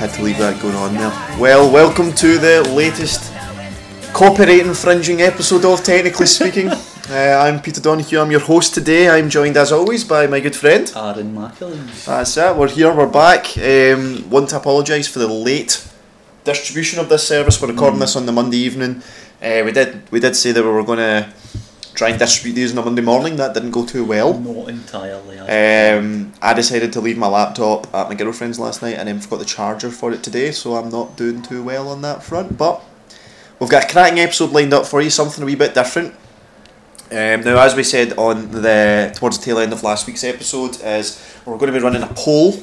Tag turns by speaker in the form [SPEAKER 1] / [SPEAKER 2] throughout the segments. [SPEAKER 1] had to leave that going on there. Well, welcome to the latest copyright infringing episode of Technically Speaking. uh, I'm Peter Donahue, I'm your host today. I'm joined as always by my good friend.
[SPEAKER 2] Aaron Macklin.
[SPEAKER 1] That's it, we're here, we're back. Um, want to apologise for the late distribution of this service. We're recording this on the Monday evening. Uh, we did we did say that we were going to try and distribute these on the Monday morning. That didn't go too well.
[SPEAKER 2] Not entirely. I-
[SPEAKER 1] Um, I decided to leave my laptop at my girlfriend's last night and then forgot the charger for it today, so I'm not doing too well on that front. But we've got a cracking episode lined up for you, something a wee bit different. Um, now, as we said on the towards the tail end of last week's episode, is we're going to be running a poll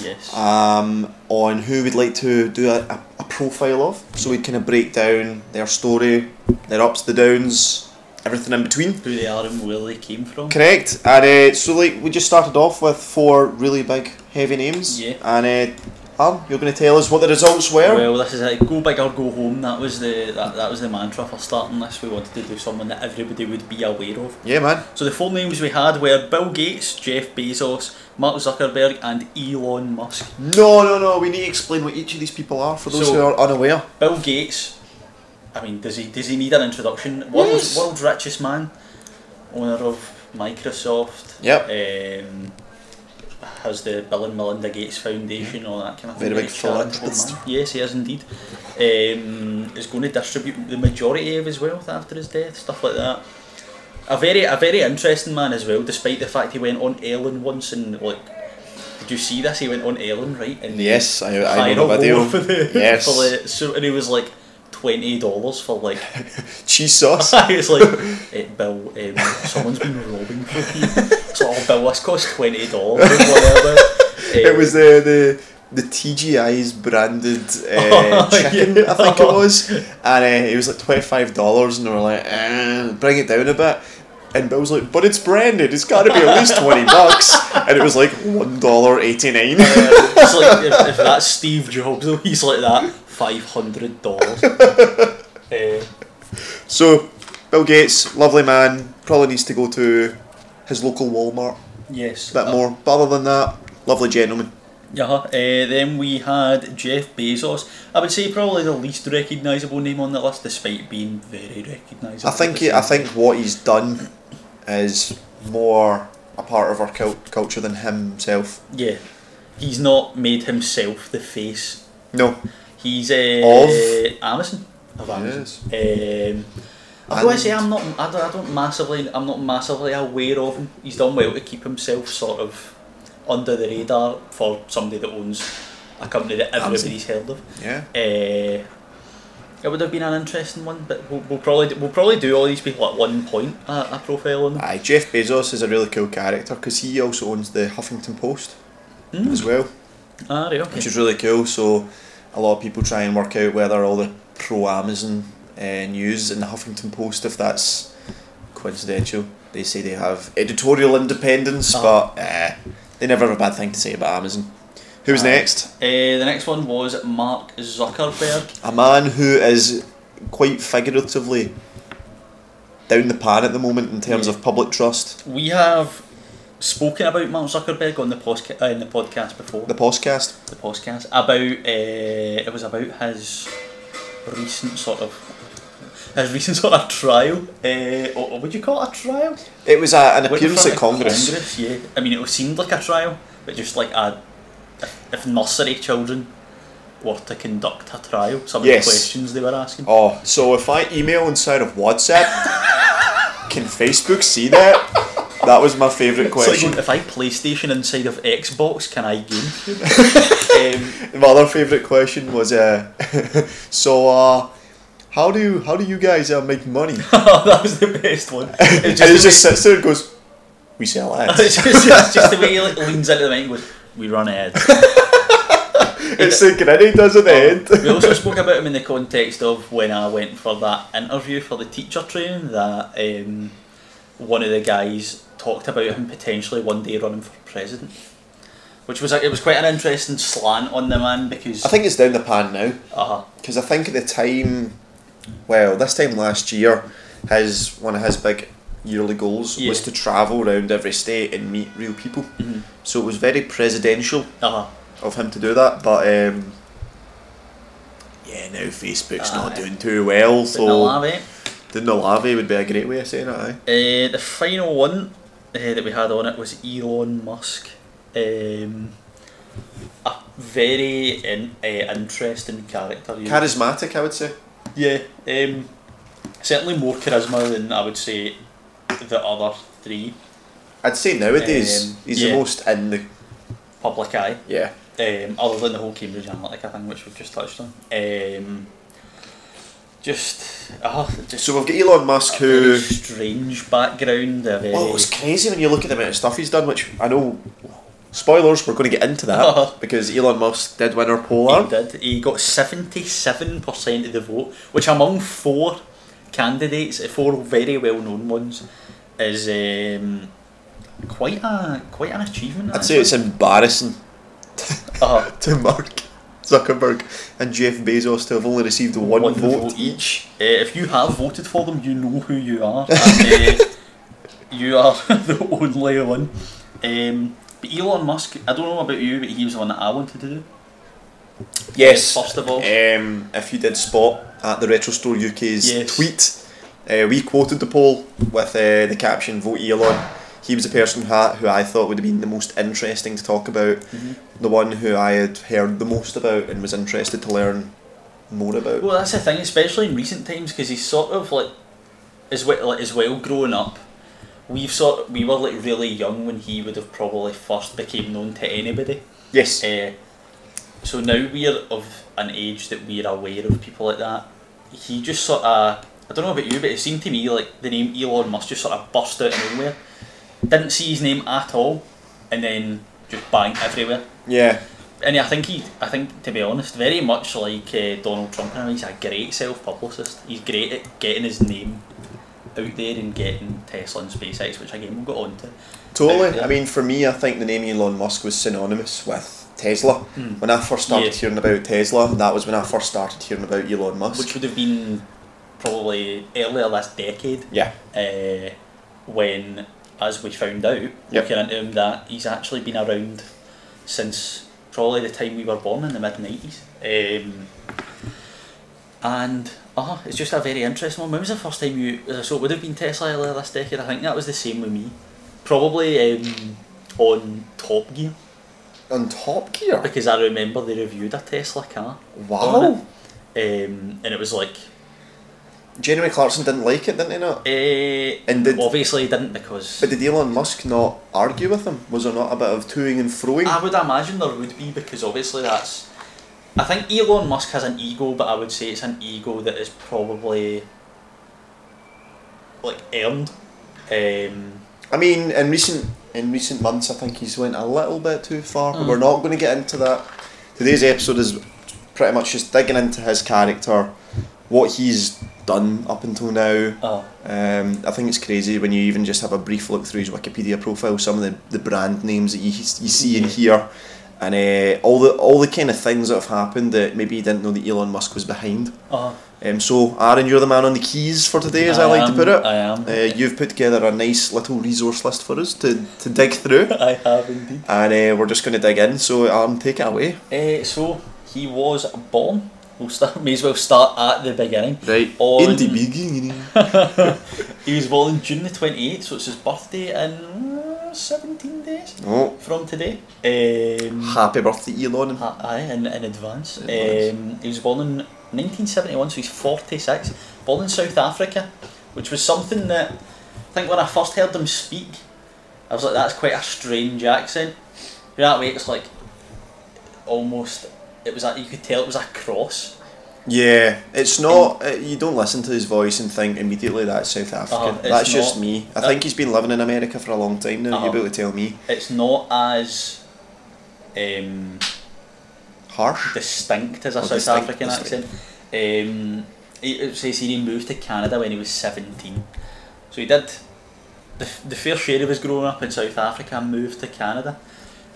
[SPEAKER 2] yes.
[SPEAKER 1] um, on who we'd like to do a, a, a profile of. So we kind of break down their story, their ups, the downs, everything in between.
[SPEAKER 2] Who they are and where they came from.
[SPEAKER 1] Correct. And uh, so, like, we just started off with four really big, heavy names.
[SPEAKER 2] Yeah.
[SPEAKER 1] And uh, Arm, you're going to tell us what the results were.
[SPEAKER 2] Well, this is it. Go big or go home. That was the that, that was the mantra for starting this. We wanted to do someone that everybody would be aware of.
[SPEAKER 1] yeah, man.
[SPEAKER 2] So the four names we had were Bill Gates, Jeff Bezos, Mark Zuckerberg, and Elon Musk.
[SPEAKER 1] No, no, no. We need to explain what each of these people are for those
[SPEAKER 2] So-
[SPEAKER 1] who are unaware.
[SPEAKER 2] Bill Gates. I mean, does he does he need an introduction? World's,
[SPEAKER 1] Yes.
[SPEAKER 2] world's richest man, owner of Microsoft.
[SPEAKER 1] Yep.
[SPEAKER 2] Um, has the Bill and Melinda Gates Foundation, all that kind of
[SPEAKER 1] Very
[SPEAKER 2] thing.
[SPEAKER 1] big
[SPEAKER 2] He's charitable
[SPEAKER 1] philanthropist.
[SPEAKER 2] man. Yes, he is indeed. Um, is going to distribute the majority of his wealth after his death, stuff like that. A very, a very interesting man as well. Despite the fact he went on Ellen once and like, did you see this? He went on Ellen, right? And
[SPEAKER 1] Yes, I, I
[SPEAKER 2] High
[SPEAKER 1] know the video.
[SPEAKER 2] for the,
[SPEAKER 1] Yes.
[SPEAKER 2] For the, so, and it was like twenty dollars for like.
[SPEAKER 1] Cheese sauce.
[SPEAKER 2] it's like, eh, Bill, um, someone's been robbing for you. So, oh, Bill, this cost twenty dollars. whatever. Um,
[SPEAKER 1] it was the the the TGI's branded uh,
[SPEAKER 2] Oh,
[SPEAKER 1] chicken,
[SPEAKER 2] yeah.
[SPEAKER 1] I think it was, and uh, it was like twenty five dollars, and they were like, eh, bring it down a bit. And Bill was like, but it's branded, it's got to be at least 20 bucks. And it was like $1.89.
[SPEAKER 2] Uh, it's like if, if that's Steve Jobs, though, he's like that five hundred dollars. Uh,
[SPEAKER 1] So, Bill Gates, lovely man, probably needs to go to his local Walmart
[SPEAKER 2] yes.
[SPEAKER 1] a bit more. But other than that, lovely gentleman.
[SPEAKER 2] Yeah. Uh, then we had Jeff Bezos. I would say probably the least recognisable name on the list, despite being very recognisable.
[SPEAKER 1] I
[SPEAKER 2] at
[SPEAKER 1] think
[SPEAKER 2] the
[SPEAKER 1] he, I
[SPEAKER 2] same
[SPEAKER 1] think what he's done is more a part of our cul- culture than himself.
[SPEAKER 2] Yeah, he's not made himself the face.
[SPEAKER 1] No,
[SPEAKER 2] He's uh,
[SPEAKER 1] Of?
[SPEAKER 2] Amazon. Of Amazon.
[SPEAKER 1] Yes.
[SPEAKER 2] Um, although I
[SPEAKER 1] And-
[SPEAKER 2] say I'm not, I don't, I don't massively, I'm not massively aware of him. He's done well to keep himself sort of under the radar for somebody that owns a company that
[SPEAKER 1] Amazon.
[SPEAKER 2] everybody's heard of.
[SPEAKER 1] yeah.
[SPEAKER 2] Uh, it would have been an interesting one, but we'll, we'll probably do, we'll probably do all these people at one point a, a profile on them.
[SPEAKER 1] Aye, Jeff Bezos is a really cool character because he also owns the Huffington Post
[SPEAKER 2] Mm.
[SPEAKER 1] as well,
[SPEAKER 2] Ah, right, okay.
[SPEAKER 1] which is really cool. So a lot of people try and work out whether all the pro Amazon uh, news in the Huffington Post, if that's coincidental, they say they have editorial independence,
[SPEAKER 2] Ah.
[SPEAKER 1] but eh, they never have a bad thing to say about Amazon. Who's
[SPEAKER 2] Aye.
[SPEAKER 1] next?
[SPEAKER 2] Uh, the next one was Mark Zuckerberg.
[SPEAKER 1] A man who is quite figuratively down the pan at the moment in
[SPEAKER 2] Hmm.
[SPEAKER 1] terms of public trust.
[SPEAKER 2] We have spoken about Mark Zuckerberg on the posca- uh, in the podcast before.
[SPEAKER 1] The
[SPEAKER 2] The,
[SPEAKER 1] podcast.
[SPEAKER 2] podcast about uh, it was about his recent sort of his recent sort of trial. Uh, or, or would you call it a trial?
[SPEAKER 1] It was a, an
[SPEAKER 2] Went in
[SPEAKER 1] appearance
[SPEAKER 2] front
[SPEAKER 1] at
[SPEAKER 2] of
[SPEAKER 1] Congress.
[SPEAKER 2] Congress. Yeah, I mean it seemed like a trial, but just like a if, if nursery children were to conduct a trial, some
[SPEAKER 1] Yes.
[SPEAKER 2] of the questions they were asking.
[SPEAKER 1] Oh, so if I email inside of WhatsApp, can Facebook see that? That was my favourite
[SPEAKER 2] It's like
[SPEAKER 1] question.
[SPEAKER 2] going, if I PlayStation inside of Xbox, can I game? um,
[SPEAKER 1] my other favourite question was, uh, so uh, how do how do you guys uh, make money?
[SPEAKER 2] Oh, that was the best one. It's
[SPEAKER 1] and he
[SPEAKER 2] just,
[SPEAKER 1] just sits there and goes, "We sell ads."
[SPEAKER 2] the way, it's just, it's just the way he like, leans into the mic and goes, "We run ads."
[SPEAKER 1] it's the grinny does
[SPEAKER 2] Oh.
[SPEAKER 1] at the end.
[SPEAKER 2] we also spoke about him in the context of when I went for that interview for the teacher training. That um, one of the guys talked about him potentially one day running for president, which was like, it was quite an interesting slant on the man because
[SPEAKER 1] I think it's down the pan now.
[SPEAKER 2] uh,
[SPEAKER 1] because I think at the time, well, this time last year, his one of his big yearly goals
[SPEAKER 2] Yeah.
[SPEAKER 1] was to travel around every state and
[SPEAKER 2] Mm-hmm.
[SPEAKER 1] meet real people. So it was very presidential
[SPEAKER 2] uh,
[SPEAKER 1] of him to do that, but um, eh, now Facebook's not
[SPEAKER 2] Aye.
[SPEAKER 1] doing too well,
[SPEAKER 2] But no,
[SPEAKER 1] so
[SPEAKER 2] love it.
[SPEAKER 1] doing the larvae would be a great way of saying it, aye.
[SPEAKER 2] Uh, the final one uh, that we had on it was Elon Musk. Um, a very in, uh, interesting character. you-
[SPEAKER 1] Charismatic, I would say.
[SPEAKER 2] yeah, um, certainly more charisma than I would say the other three
[SPEAKER 1] I'd say nowadays
[SPEAKER 2] Um,
[SPEAKER 1] he's
[SPEAKER 2] yeah.
[SPEAKER 1] the most in the
[SPEAKER 2] public eye.
[SPEAKER 1] yeah.
[SPEAKER 2] um, other than the whole Cambridge Analytica thing, which we've just touched on. Um, just, ah, just
[SPEAKER 1] So we've got Elon Musk
[SPEAKER 2] a
[SPEAKER 1] who.
[SPEAKER 2] very strange background. A very,
[SPEAKER 1] Well, it's crazy when you look at the amount of stuff he's done, which I know. Spoilers, we're going to get into that because Elon Musk did win our poll.
[SPEAKER 2] he
[SPEAKER 1] aren't?
[SPEAKER 2] did. He got seventy-seven percent of the vote, which among four candidates, four very well-known ones, is um, quite a quite an achievement.
[SPEAKER 1] I'd say it's embarrassing
[SPEAKER 2] uh,
[SPEAKER 1] to Mark Zuckerberg and Jeff Bezos to have only received one,
[SPEAKER 2] one
[SPEAKER 1] vote.
[SPEAKER 2] vote each. Uh, if you have voted for them, you know who you are. And, uh, you are the only one. Um, but Elon Musk, I don't know about you, but he was the one that I wanted to do.
[SPEAKER 1] Yes.
[SPEAKER 2] First of all.
[SPEAKER 1] Um, if you did spot at the Retro Store UK's
[SPEAKER 2] Yes.
[SPEAKER 1] tweet, uh, we quoted the poll with uh, the caption "Vote Elon." He was the person who I, who I thought would have been the most interesting to talk about,
[SPEAKER 2] Mm-hmm.
[SPEAKER 1] the one who I had heard the most about and was interested to learn more about.
[SPEAKER 2] Well, that's the thing, especially in recent times, because he's sort of like as well, like, as well growing up. We've sort we were like really young when he would have probably first became known to anybody.
[SPEAKER 1] yes,
[SPEAKER 2] Uh, so now we're of an age that we're aware of people like that. He just sort of, I don't know about you, but it seemed to me like the name Elon Musk just sort of burst out of nowhere. Didn't see his name at all, and then just bang everywhere.
[SPEAKER 1] yeah,
[SPEAKER 2] And I think he, I think to be honest, very much like uh, Donald Trump, and he's a great self-publicist. He's great at getting his name out there and getting Tesla and SpaceX, which again we'll get on to.
[SPEAKER 1] totally.
[SPEAKER 2] Yeah.
[SPEAKER 1] I mean, for me, I think the name Elon Musk was synonymous with Tesla. When I first started
[SPEAKER 2] Yeah.
[SPEAKER 1] hearing about Tesla, that was when I first started hearing about Elon Musk.
[SPEAKER 2] which would have been probably earlier last decade.
[SPEAKER 1] yeah,
[SPEAKER 2] uh, when, as we found out, looking into him, that he's actually been around since probably the time we were born in the mid 90s. Um, and uh, it's just a very interesting one. When was the first time you. uh, So it would have been Tesla earlier this decade. I think that was the same with me. Probably um, on Top Gear,
[SPEAKER 1] on Top Gear. Oh.
[SPEAKER 2] because I remember they reviewed a Tesla car. on
[SPEAKER 1] Wow.
[SPEAKER 2] it, Um, and it was like.
[SPEAKER 1] Jeremy Clarkson didn't like it, didn't he? Not.
[SPEAKER 2] Eh,
[SPEAKER 1] And did-
[SPEAKER 2] obviously didn't because
[SPEAKER 1] But did Elon Musk not argue with him? Was there not a bit of toing and froing?
[SPEAKER 2] I would imagine there would be because obviously that's. I think Elon Musk has an ego, but I would say it's an ego that is probably like earned. Um,
[SPEAKER 1] I mean, in recent in recent months, I think he's went a little bit too far. But we're not going to get into that. Today's episode is pretty much just digging into his character, what he's done up until now.
[SPEAKER 2] uh,
[SPEAKER 1] Um, I think it's crazy when you even just have a brief look through his Wikipedia profile. Some of the, the brand names that you you see and hear, and uh, all the all the kind of things that have happened that maybe you didn't know that Elon Musk was behind.
[SPEAKER 2] uh,
[SPEAKER 1] Um, so, Aaron, you're the man on the keys for today, as I, like to
[SPEAKER 2] am-
[SPEAKER 1] put it.
[SPEAKER 2] I am.
[SPEAKER 1] Uh, you've put together a nice little resource list for us to, to dig through,
[SPEAKER 2] I have indeed.
[SPEAKER 1] and uh, we're just going to dig in. So, Aaron, take it away.
[SPEAKER 2] Uh, so he was born. We'll start. May as well start at the beginning.
[SPEAKER 1] Right.
[SPEAKER 2] On-
[SPEAKER 1] In the beginning.
[SPEAKER 2] He was born on June the twenty eighth, so it's his birthday in uh, seventeen days
[SPEAKER 1] Oh,
[SPEAKER 2] from today. Um,
[SPEAKER 1] happy birthday, Elon.
[SPEAKER 2] Uh, Aye, in, in advance.
[SPEAKER 1] In advance.
[SPEAKER 2] Um, he was born in 1971, so he's 46. Born in South Africa, which was something that I think when I first heard him speak, I was like, that's quite a strange accent. You know that way, it's like almost, it was like you could tell it was a cross.
[SPEAKER 1] Yeah, it's not. Uh, you don't listen to his voice and think immediately that's South African.
[SPEAKER 2] Uh-huh, it's
[SPEAKER 1] that's just
[SPEAKER 2] not.
[SPEAKER 1] me. I
[SPEAKER 2] Uh,
[SPEAKER 1] think he's been living in America for a long time now.
[SPEAKER 2] Uh-huh.
[SPEAKER 1] You're able to tell me.
[SPEAKER 2] It's not as um,
[SPEAKER 1] Harsh.
[SPEAKER 2] distinct as a
[SPEAKER 1] Oh,
[SPEAKER 2] South
[SPEAKER 1] distinct,
[SPEAKER 2] African
[SPEAKER 1] distinct.
[SPEAKER 2] accent. Um, he it says he moved to Canada when he was seventeen, so he did the, the fair share of his growing up in South Africa. and Moved to Canada,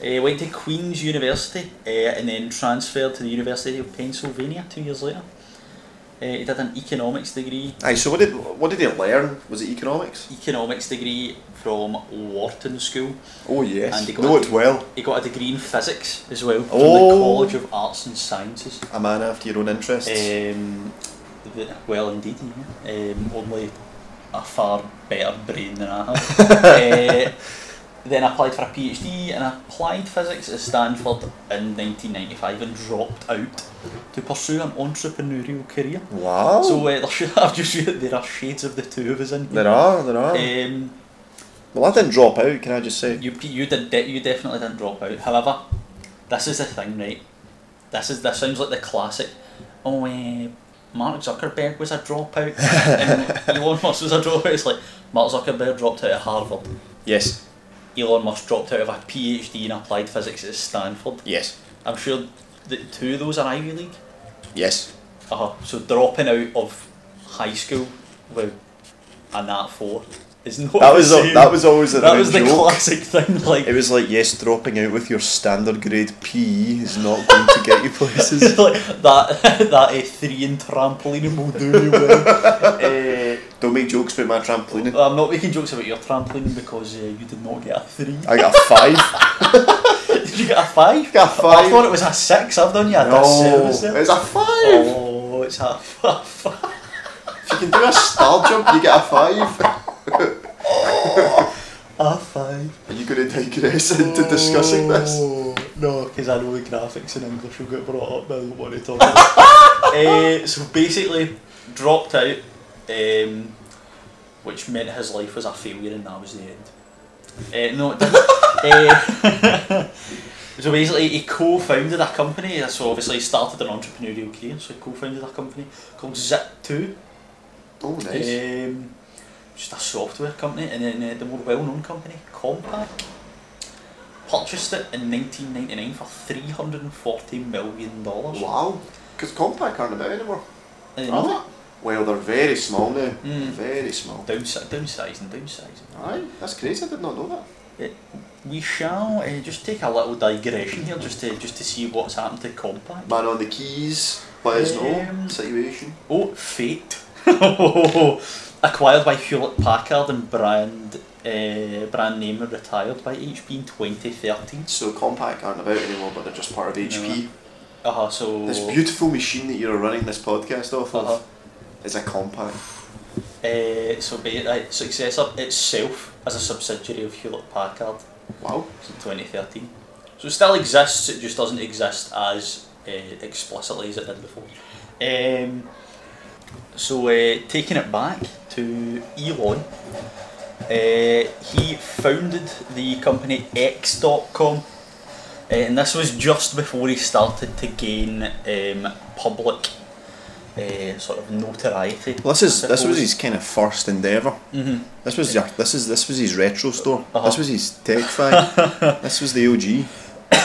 [SPEAKER 2] uh, went to Queen's University, uh, and then transferred to the University of Pennsylvania two years later. Uh, Uh, he did an economics degree,
[SPEAKER 1] Aye, so what did what did he learn? Was it economics?
[SPEAKER 2] economics degree from Wharton School.
[SPEAKER 1] Oh yes,
[SPEAKER 2] And he got
[SPEAKER 1] know
[SPEAKER 2] it.
[SPEAKER 1] it well.
[SPEAKER 2] He got a degree in physics as well from
[SPEAKER 1] Oh.
[SPEAKER 2] the College of Arts and Sciences.
[SPEAKER 1] A man after your own interests.
[SPEAKER 2] Um, th- well, indeed, yeah. Um, only a far better brain than I have. uh, then I applied for a PhD in applied physics at Stanford in 1995 and dropped out to pursue an entrepreneurial career.
[SPEAKER 1] wow.
[SPEAKER 2] So uh, there sh- I've just realised there are shades of the two of us in here.
[SPEAKER 1] there are, there are.
[SPEAKER 2] Um,
[SPEAKER 1] well, I didn't drop out. Can I just say?
[SPEAKER 2] you you did de- you definitely didn't drop out. However, this is the thing, right? This is this sounds like the classic. Oh, eh, Mark Zuckerberg was a dropout, and Elon Musk was a dropout. It's like Mark Zuckerberg dropped out of Harvard.
[SPEAKER 1] Yes,
[SPEAKER 2] Elon Musk dropped out of a PhD in applied physics at Stanford.
[SPEAKER 1] yes,
[SPEAKER 2] I'm sure that two of those are Ivy League.
[SPEAKER 1] yes.
[SPEAKER 2] Uh huh. So dropping out of high school with a nat four is not.
[SPEAKER 1] That was
[SPEAKER 2] the
[SPEAKER 1] a,
[SPEAKER 2] same.
[SPEAKER 1] that was always a
[SPEAKER 2] that was the
[SPEAKER 1] joke.
[SPEAKER 2] classic thing. Like
[SPEAKER 1] It was like yes, dropping out with your standard grade PE is not going to get you places.
[SPEAKER 2] like that that a three in trampoline will do me well.
[SPEAKER 1] Don't make jokes about my trampoline.
[SPEAKER 2] uh, I'm not making jokes about your trampoline because uh, you did not get a three.
[SPEAKER 1] I got a five.
[SPEAKER 2] did you get a five?
[SPEAKER 1] Got a
[SPEAKER 2] I
[SPEAKER 1] five.
[SPEAKER 2] thought it was a six. I've done you a
[SPEAKER 1] no,
[SPEAKER 2] disservice there.
[SPEAKER 1] it's a five.
[SPEAKER 2] Oh, it's a five.
[SPEAKER 1] If you can do a star jump, you get a five.
[SPEAKER 2] A five.
[SPEAKER 1] Are you going to digress into discussing this?
[SPEAKER 2] Oh, No, because I know the graphics in English will get brought up. but I don't want to talk about it. Eh, So basically, dropped out, um, which meant his life was a failure, and that was the end. Eh, no, it didn't. Eh, so basically, he co-founded a company. So obviously, he started an entrepreneurial career. So he co-founded a company called Zip2.
[SPEAKER 1] Oh, nice.
[SPEAKER 2] Um, just a software company, and then uh, the more well-known company, Compaq, purchased it in 1999 for 340 million dollars.
[SPEAKER 1] Wow. Because compact aren't about anymore.
[SPEAKER 2] And
[SPEAKER 1] Are they? Well, they're very small now.
[SPEAKER 2] Hmm.
[SPEAKER 1] Very small.
[SPEAKER 2] Mm. downsi- downsizing, downsizing.
[SPEAKER 1] Aye, that's crazy. I did not know that.
[SPEAKER 2] We shall uh, just take a little digression here, just to just to see what's happened to Compaq.
[SPEAKER 1] Man on the keys. Let us know.
[SPEAKER 2] Um,
[SPEAKER 1] Situation.
[SPEAKER 2] Oh, Fate. Acquired by Hewlett Packard and brand uh, brand name retired by HP in 2013.
[SPEAKER 1] So compact aren't about anymore, but they're just part of HP.
[SPEAKER 2] Uh-huh, so
[SPEAKER 1] This beautiful machine that you're running this podcast off of
[SPEAKER 2] Uh-huh.
[SPEAKER 1] is a compact.
[SPEAKER 2] Uh, so be it, uh, successor itself as a subsidiary of Hewlett Packard
[SPEAKER 1] Wow.
[SPEAKER 2] in 2013. So it still exists, it just doesn't exist as uh, explicitly as it did before. Um, so uh, taking it back to Elon, uh, he founded the company X.com, uh, and this was just before he started to gain um, public uh, sort of notoriety.
[SPEAKER 1] Well, this is
[SPEAKER 2] I
[SPEAKER 1] this was
[SPEAKER 2] suppose.
[SPEAKER 1] his kind of first endeavor.
[SPEAKER 2] Mhm.
[SPEAKER 1] This was your, this is this was his retro store.
[SPEAKER 2] Uh-huh.
[SPEAKER 1] This was his tech thing. this was the OG.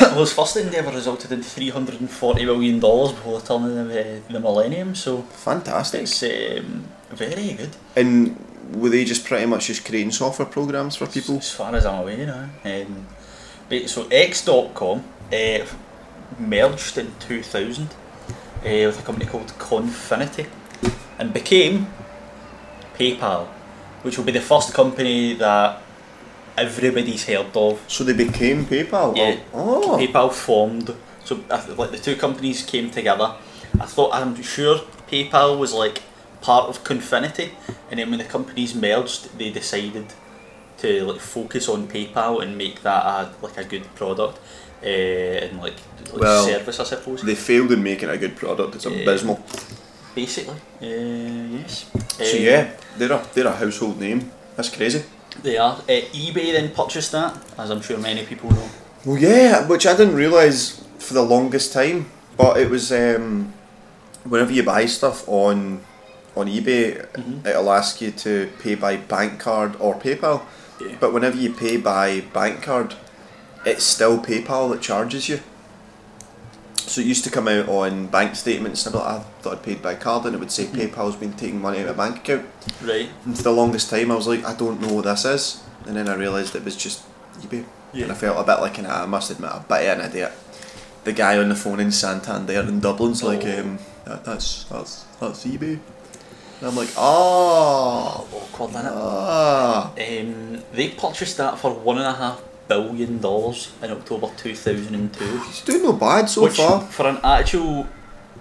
[SPEAKER 2] Well, his first endeavour resulted in three hundred and forty million dollars before turning the, the millennium, so
[SPEAKER 1] Fantastic.
[SPEAKER 2] it's um, very good
[SPEAKER 1] And were they just pretty much just creating software programs for people?
[SPEAKER 2] as far as I'm aware. You know, um, but, so X.com uh, merged in two thousand uh, with a company called Confinity and became PayPal, which will be the first company that everybody's heard of
[SPEAKER 1] So they became PayPal.
[SPEAKER 2] Yeah.
[SPEAKER 1] Oh.
[SPEAKER 2] PayPal formed. So I th- like the two companies came together. I thought I'm sure PayPal was like part of Confinity, and then when the companies merged, they decided to like focus on PayPal and make that a, like a good product uh, and like, like
[SPEAKER 1] Well,
[SPEAKER 2] service, I suppose.
[SPEAKER 1] They failed in making a good product. It's
[SPEAKER 2] Yeah.
[SPEAKER 1] abysmal.
[SPEAKER 2] Basically, uh, yes.
[SPEAKER 1] So
[SPEAKER 2] Um,
[SPEAKER 1] yeah, they're a, they're a household name. That's crazy.
[SPEAKER 2] they are. Uh, eBay then purchased that, as I'm sure many people know.
[SPEAKER 1] Well, yeah, which I didn't realise for the longest time, but it was um, whenever you buy stuff on on eBay, it'll ask you to pay by bank card or PayPal.
[SPEAKER 2] Yeah.
[SPEAKER 1] But whenever you pay by bank card, it's still PayPal that charges you. So it used to come out on bank statements, and I thought I'd paid by card, and it would say PayPal's been taking money out of my bank account.
[SPEAKER 2] Right.
[SPEAKER 1] And for the longest time, I was like, I don't know what this is. And then I realised it was just eBay.
[SPEAKER 2] Yeah.
[SPEAKER 1] And I felt a bit like an, I must admit, a bit of an idiot. The guy on the phone in Santander in Dublin's like,
[SPEAKER 2] Oh.
[SPEAKER 1] um, that, that's that's that's eBay. And I'm like, ah,
[SPEAKER 2] Awkward, innit?
[SPEAKER 1] ah.
[SPEAKER 2] Um, they purchased that for one and a half billion dollars in October two thousand and two.
[SPEAKER 1] He's doing no bad so
[SPEAKER 2] which
[SPEAKER 1] far.
[SPEAKER 2] for an actual,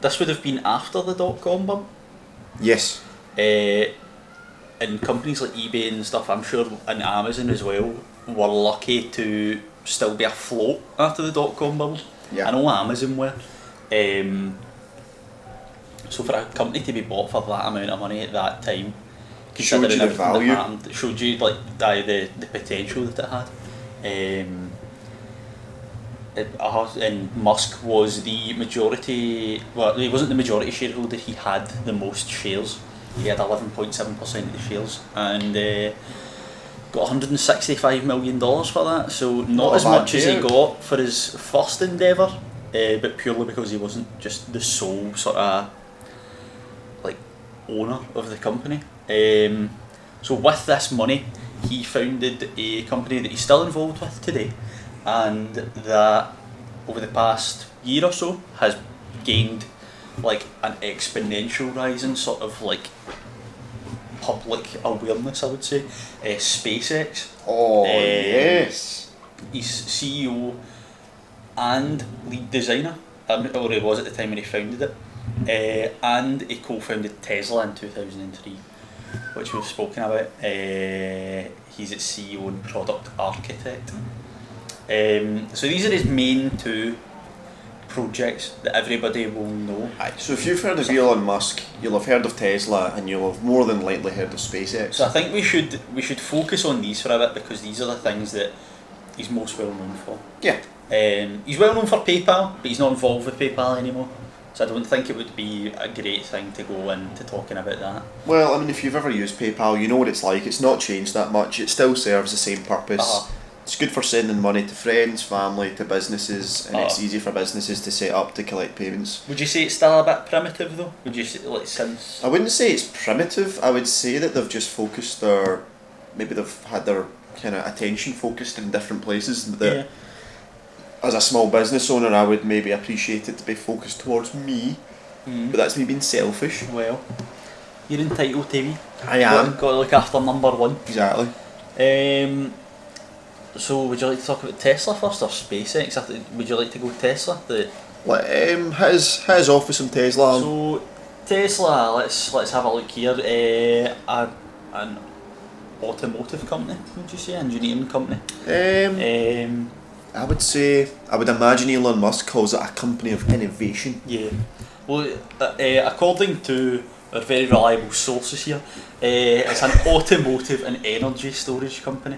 [SPEAKER 2] this would have been after the dot com bump.
[SPEAKER 1] Yes.
[SPEAKER 2] Uh, and companies like eBay and stuff, I'm sure, and Amazon as well, were lucky to still be afloat after the dot com bubble.
[SPEAKER 1] Yeah.
[SPEAKER 2] I know Amazon were. Um, so for a company to be bought for that amount of money at that time,
[SPEAKER 1] Showed you
[SPEAKER 2] considering
[SPEAKER 1] the
[SPEAKER 2] everything that
[SPEAKER 1] value.
[SPEAKER 2] happened, it showed you like the the, the potential that it had. Um, it- uh, and Musk was the majority. Well, he wasn't the majority shareholder. He had the most shares. He had eleven point seven percent of the shares, and uh, got one hundred and sixty-five million dollars for that. So not,
[SPEAKER 1] Not a
[SPEAKER 2] as
[SPEAKER 1] bad
[SPEAKER 2] much as he
[SPEAKER 1] payout.
[SPEAKER 2] got for his first endeavour, uh, but purely because he wasn't just the sole sort of like owner of the company. Um, so with this money, he founded a company that he's still involved with today, and that over the past year or so has gained like an exponential rise in sort of like public awareness. I would say, uh, SpaceX
[SPEAKER 1] Oh
[SPEAKER 2] Um,
[SPEAKER 1] yes.
[SPEAKER 2] he's CEO E and lead designer, um, or he was at the time when he founded it, uh, and he co-founded Tesla in 2003, which we've spoken about. Uh, he's at CEO and product architect. Um, so these are his main two projects that everybody will know.
[SPEAKER 1] Aye, So if you've heard of Elon Musk, you'll have heard of Tesla, and you'll have more than likely heard of SpaceX.
[SPEAKER 2] So I think we should we should focus on these for a bit because these are the things that he's most well known for.
[SPEAKER 1] yeah.
[SPEAKER 2] Um, he's well known for PayPal, but he's not involved with PayPal anymore. So I don't think it would be a great thing to go into talking about that.
[SPEAKER 1] Well, I mean, if you've ever used PayPal, you know what it's like. It's not changed that much. It still serves the same purpose.
[SPEAKER 2] Uh-huh.
[SPEAKER 1] It's good for sending money to friends, family, to businesses, and it's
[SPEAKER 2] Uh-huh.
[SPEAKER 1] easy for businesses to set up to collect payments.
[SPEAKER 2] Would you say it's still a bit primitive though? Would you say like since
[SPEAKER 1] I wouldn't say it's primitive. I would say that they've just focused their, maybe they've had their kind of attention focused in different places. That
[SPEAKER 2] yeah,
[SPEAKER 1] as a small business owner, I would maybe appreciate it to be focused towards me.
[SPEAKER 2] Mm.
[SPEAKER 1] But that's me being selfish.
[SPEAKER 2] well, you're entitled to me.
[SPEAKER 1] I am
[SPEAKER 2] Got to look after number one.
[SPEAKER 1] exactly.
[SPEAKER 2] Um, so would you like to talk about Tesla first or SpaceX? I think- Would you like to go Tesla? The
[SPEAKER 1] Like, um, his his office in Tesla.
[SPEAKER 2] So Tesla, let's let's have a look here. Uh, a, an automotive company, would you say, engineering company?
[SPEAKER 1] um,
[SPEAKER 2] Um,
[SPEAKER 1] I would say I would imagine Elon Musk calls it a company of innovation.
[SPEAKER 2] yeah. Well, uh, uh, according to our very reliable sources here, uh, it's an automotive and energy storage company.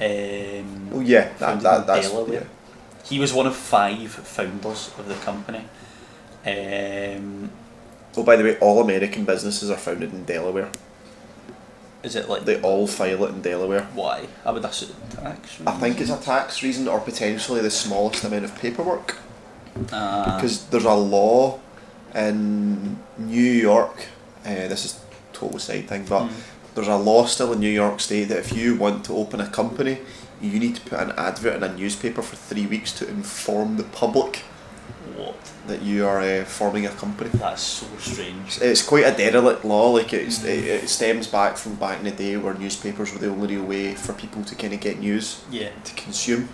[SPEAKER 2] Um,
[SPEAKER 1] Oh yeah, that,
[SPEAKER 2] founded in
[SPEAKER 1] that, that's
[SPEAKER 2] Delaware.
[SPEAKER 1] yeah.
[SPEAKER 2] He was one of five founders of the company. Um,
[SPEAKER 1] Oh, by the way, all American businesses are founded in Delaware.
[SPEAKER 2] is it like
[SPEAKER 1] They all file it in Delaware.
[SPEAKER 2] why? I would assume tax.
[SPEAKER 1] I think it's a tax reason or potentially the smallest amount of paperwork
[SPEAKER 2] Ah.
[SPEAKER 1] because there's a law in New York. Uh, this is total side thing, but
[SPEAKER 2] Mm.
[SPEAKER 1] there's a law still in New York State that if you want to open a company, you need to put an advert in a newspaper for three weeks to inform the public
[SPEAKER 2] What?
[SPEAKER 1] that you are uh, forming a company.
[SPEAKER 2] That's so strange.
[SPEAKER 1] It's, it's quite a derelict law. Like it's, it, it stems back from back in the day where newspapers were the only real way for people to kind of get news
[SPEAKER 2] Yeah.
[SPEAKER 1] to consume.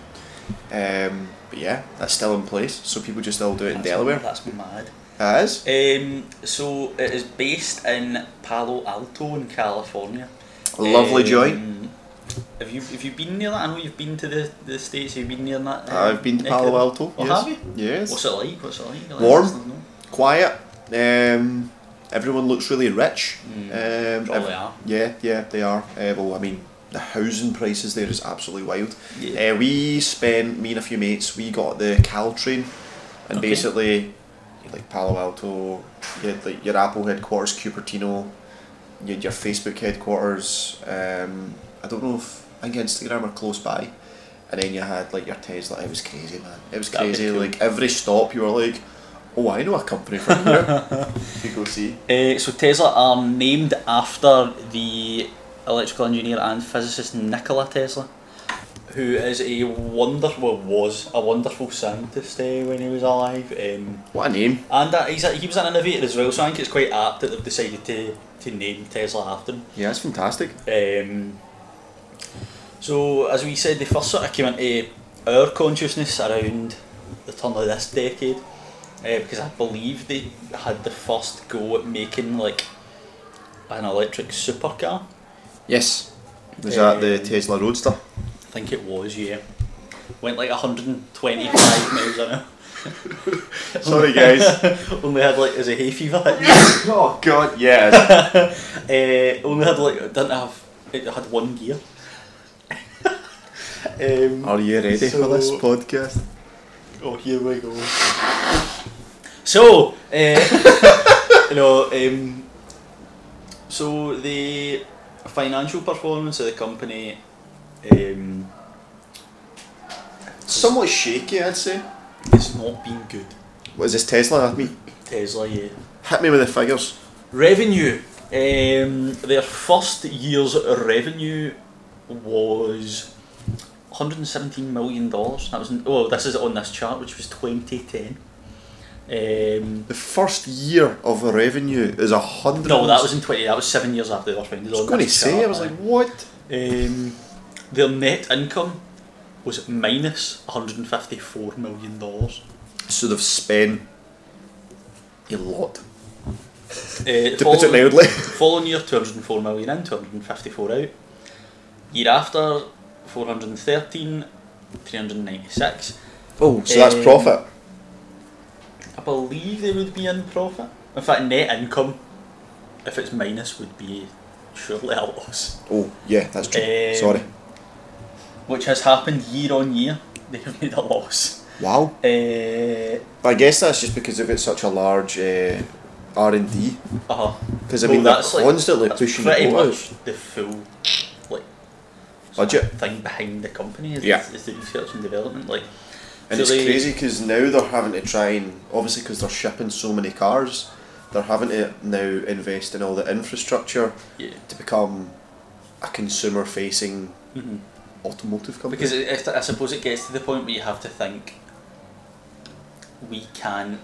[SPEAKER 1] Um, but yeah, that's still in place, so people just all do it in
[SPEAKER 2] That's-
[SPEAKER 1] Delaware.
[SPEAKER 2] That's mad.
[SPEAKER 1] That is.
[SPEAKER 2] Um, so it is based in Palo Alto in California.
[SPEAKER 1] Lovely joint.
[SPEAKER 2] Um, Have you have you been near that? I know you've been to the, the states. Have you been near that? uh,
[SPEAKER 1] I've been to
[SPEAKER 2] neck of the
[SPEAKER 1] Palo
[SPEAKER 2] woods?
[SPEAKER 1] Alto.
[SPEAKER 2] Oh,
[SPEAKER 1] yes.
[SPEAKER 2] have you?
[SPEAKER 1] Yes.
[SPEAKER 2] What's it like? What's it like? Like,
[SPEAKER 1] Warm.
[SPEAKER 2] I don't know.
[SPEAKER 1] Quiet. Um, everyone looks really rich.
[SPEAKER 2] Mm.
[SPEAKER 1] Um,
[SPEAKER 2] Probably
[SPEAKER 1] ev-
[SPEAKER 2] are.
[SPEAKER 1] Yeah, yeah, they are. Uh, well, I mean, the housing prices there is absolutely wild.
[SPEAKER 2] Yeah.
[SPEAKER 1] Uh, we spent me and a few mates. We got the Caltrain, and
[SPEAKER 2] Okay.
[SPEAKER 1] basically, like Palo Alto, you had like your Apple headquarters, Cupertino, you had your Facebook headquarters. Um, I don't know if I think Instagram are close by, and then you had like your Tesla. It was crazy, man. It was
[SPEAKER 2] That'd be
[SPEAKER 1] crazy.
[SPEAKER 2] cool.
[SPEAKER 1] Like every stop, you were like, "Oh, I know a company from here." you go see.
[SPEAKER 2] Uh, so Tesla are named after the electrical engineer and physicist Nikola Tesla, who who is a wonder well was a wonderful scientist eh, when he was alive. Um,
[SPEAKER 1] What a name.
[SPEAKER 2] and uh, he's a, he was an innovator as well, so I think it's quite apt that they've decided to, to name Tesla after him.
[SPEAKER 1] Yeah, it's fantastic.
[SPEAKER 2] Um, so, as we said, they first sort of came into our consciousness around the turn of this decade, uh, because I believe they had the first go at making like an electric supercar.
[SPEAKER 1] Yes. Was that the
[SPEAKER 2] Um,
[SPEAKER 1] Tesla Roadster?
[SPEAKER 2] I think it was, yeah. Went like 125 miles an hour.
[SPEAKER 1] Sorry, guys.
[SPEAKER 2] Only had like, is it hay fever? uh,
[SPEAKER 1] oh, God, yes.
[SPEAKER 2] Eh, only had like, didn't have, it had one gear. um,
[SPEAKER 1] Are you ready for this
[SPEAKER 2] So-
[SPEAKER 1] podcast?
[SPEAKER 2] Oh, here we go. So, uh, you know, um, so the financial performance of the company, um,
[SPEAKER 1] Somewhat shaky, I'd say.
[SPEAKER 2] it's not been good.
[SPEAKER 1] What is this, Tesla? I mean,
[SPEAKER 2] Tesla, yeah.
[SPEAKER 1] hit me with the figures.
[SPEAKER 2] Revenue. Um, their first year's revenue was 117 million dollars. That was well. This is on this chart, which was 2010. Um,
[SPEAKER 1] The first year of revenue is a hundred.
[SPEAKER 2] no, that was in 20. That was seven years after they were founded.
[SPEAKER 1] I was going to say, I was like, what?
[SPEAKER 2] Um, their net income was minus $154 million. Uh,
[SPEAKER 1] So they've spent a lot. To put it
[SPEAKER 2] Eh, following,
[SPEAKER 1] mildly.
[SPEAKER 2] following year, 204 million in, 254 out. Year after, 413, 396.
[SPEAKER 1] Oh, so
[SPEAKER 2] Um,
[SPEAKER 1] that's profit.
[SPEAKER 2] I believe they would be in profit. In fact, net income, if it's minus, would be surely a loss.
[SPEAKER 1] Oh, yeah, that's true.
[SPEAKER 2] Um,
[SPEAKER 1] Sorry.
[SPEAKER 2] Which has happened year on year. They have made a loss.
[SPEAKER 1] Wow.
[SPEAKER 2] Uh,
[SPEAKER 1] I guess that's just because of it's such a large uh, R and D.
[SPEAKER 2] Uh-huh.
[SPEAKER 1] 'Cause, I mean, they're constantly
[SPEAKER 2] that's
[SPEAKER 1] pushing the
[SPEAKER 2] pretty
[SPEAKER 1] boat
[SPEAKER 2] much the full like
[SPEAKER 1] Budget.
[SPEAKER 2] thing behind the company is,
[SPEAKER 1] Yeah.
[SPEAKER 2] is the research and development like
[SPEAKER 1] And
[SPEAKER 2] so
[SPEAKER 1] it's
[SPEAKER 2] they-
[SPEAKER 1] crazy because now they're having to try and obviously because they're shipping so many cars, they're having to now invest in all the infrastructure
[SPEAKER 2] yeah
[SPEAKER 1] to become a consumer-facing automotive company.
[SPEAKER 2] mm-hmm. because it, it, I suppose it gets to the point where you have to think we can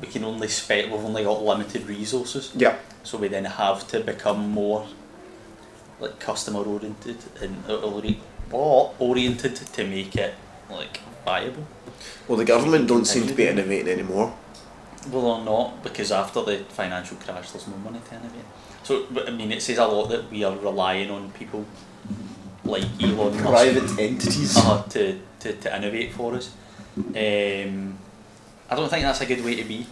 [SPEAKER 2] we can only spec we've only got limited resources
[SPEAKER 1] yeah,
[SPEAKER 2] so we then have to become more like customer oriented and ori- or- oriented to make it like viable
[SPEAKER 1] well, the government don't seem to be innovating anymore.
[SPEAKER 2] Well, or not, because after the financial crash, there's no money to innovate. So, but, I mean, it says a lot that we are relying on people like Elon Musk
[SPEAKER 1] entities.
[SPEAKER 2] uh, to, to, to innovate for us. Um, I don't think that's a good way to be.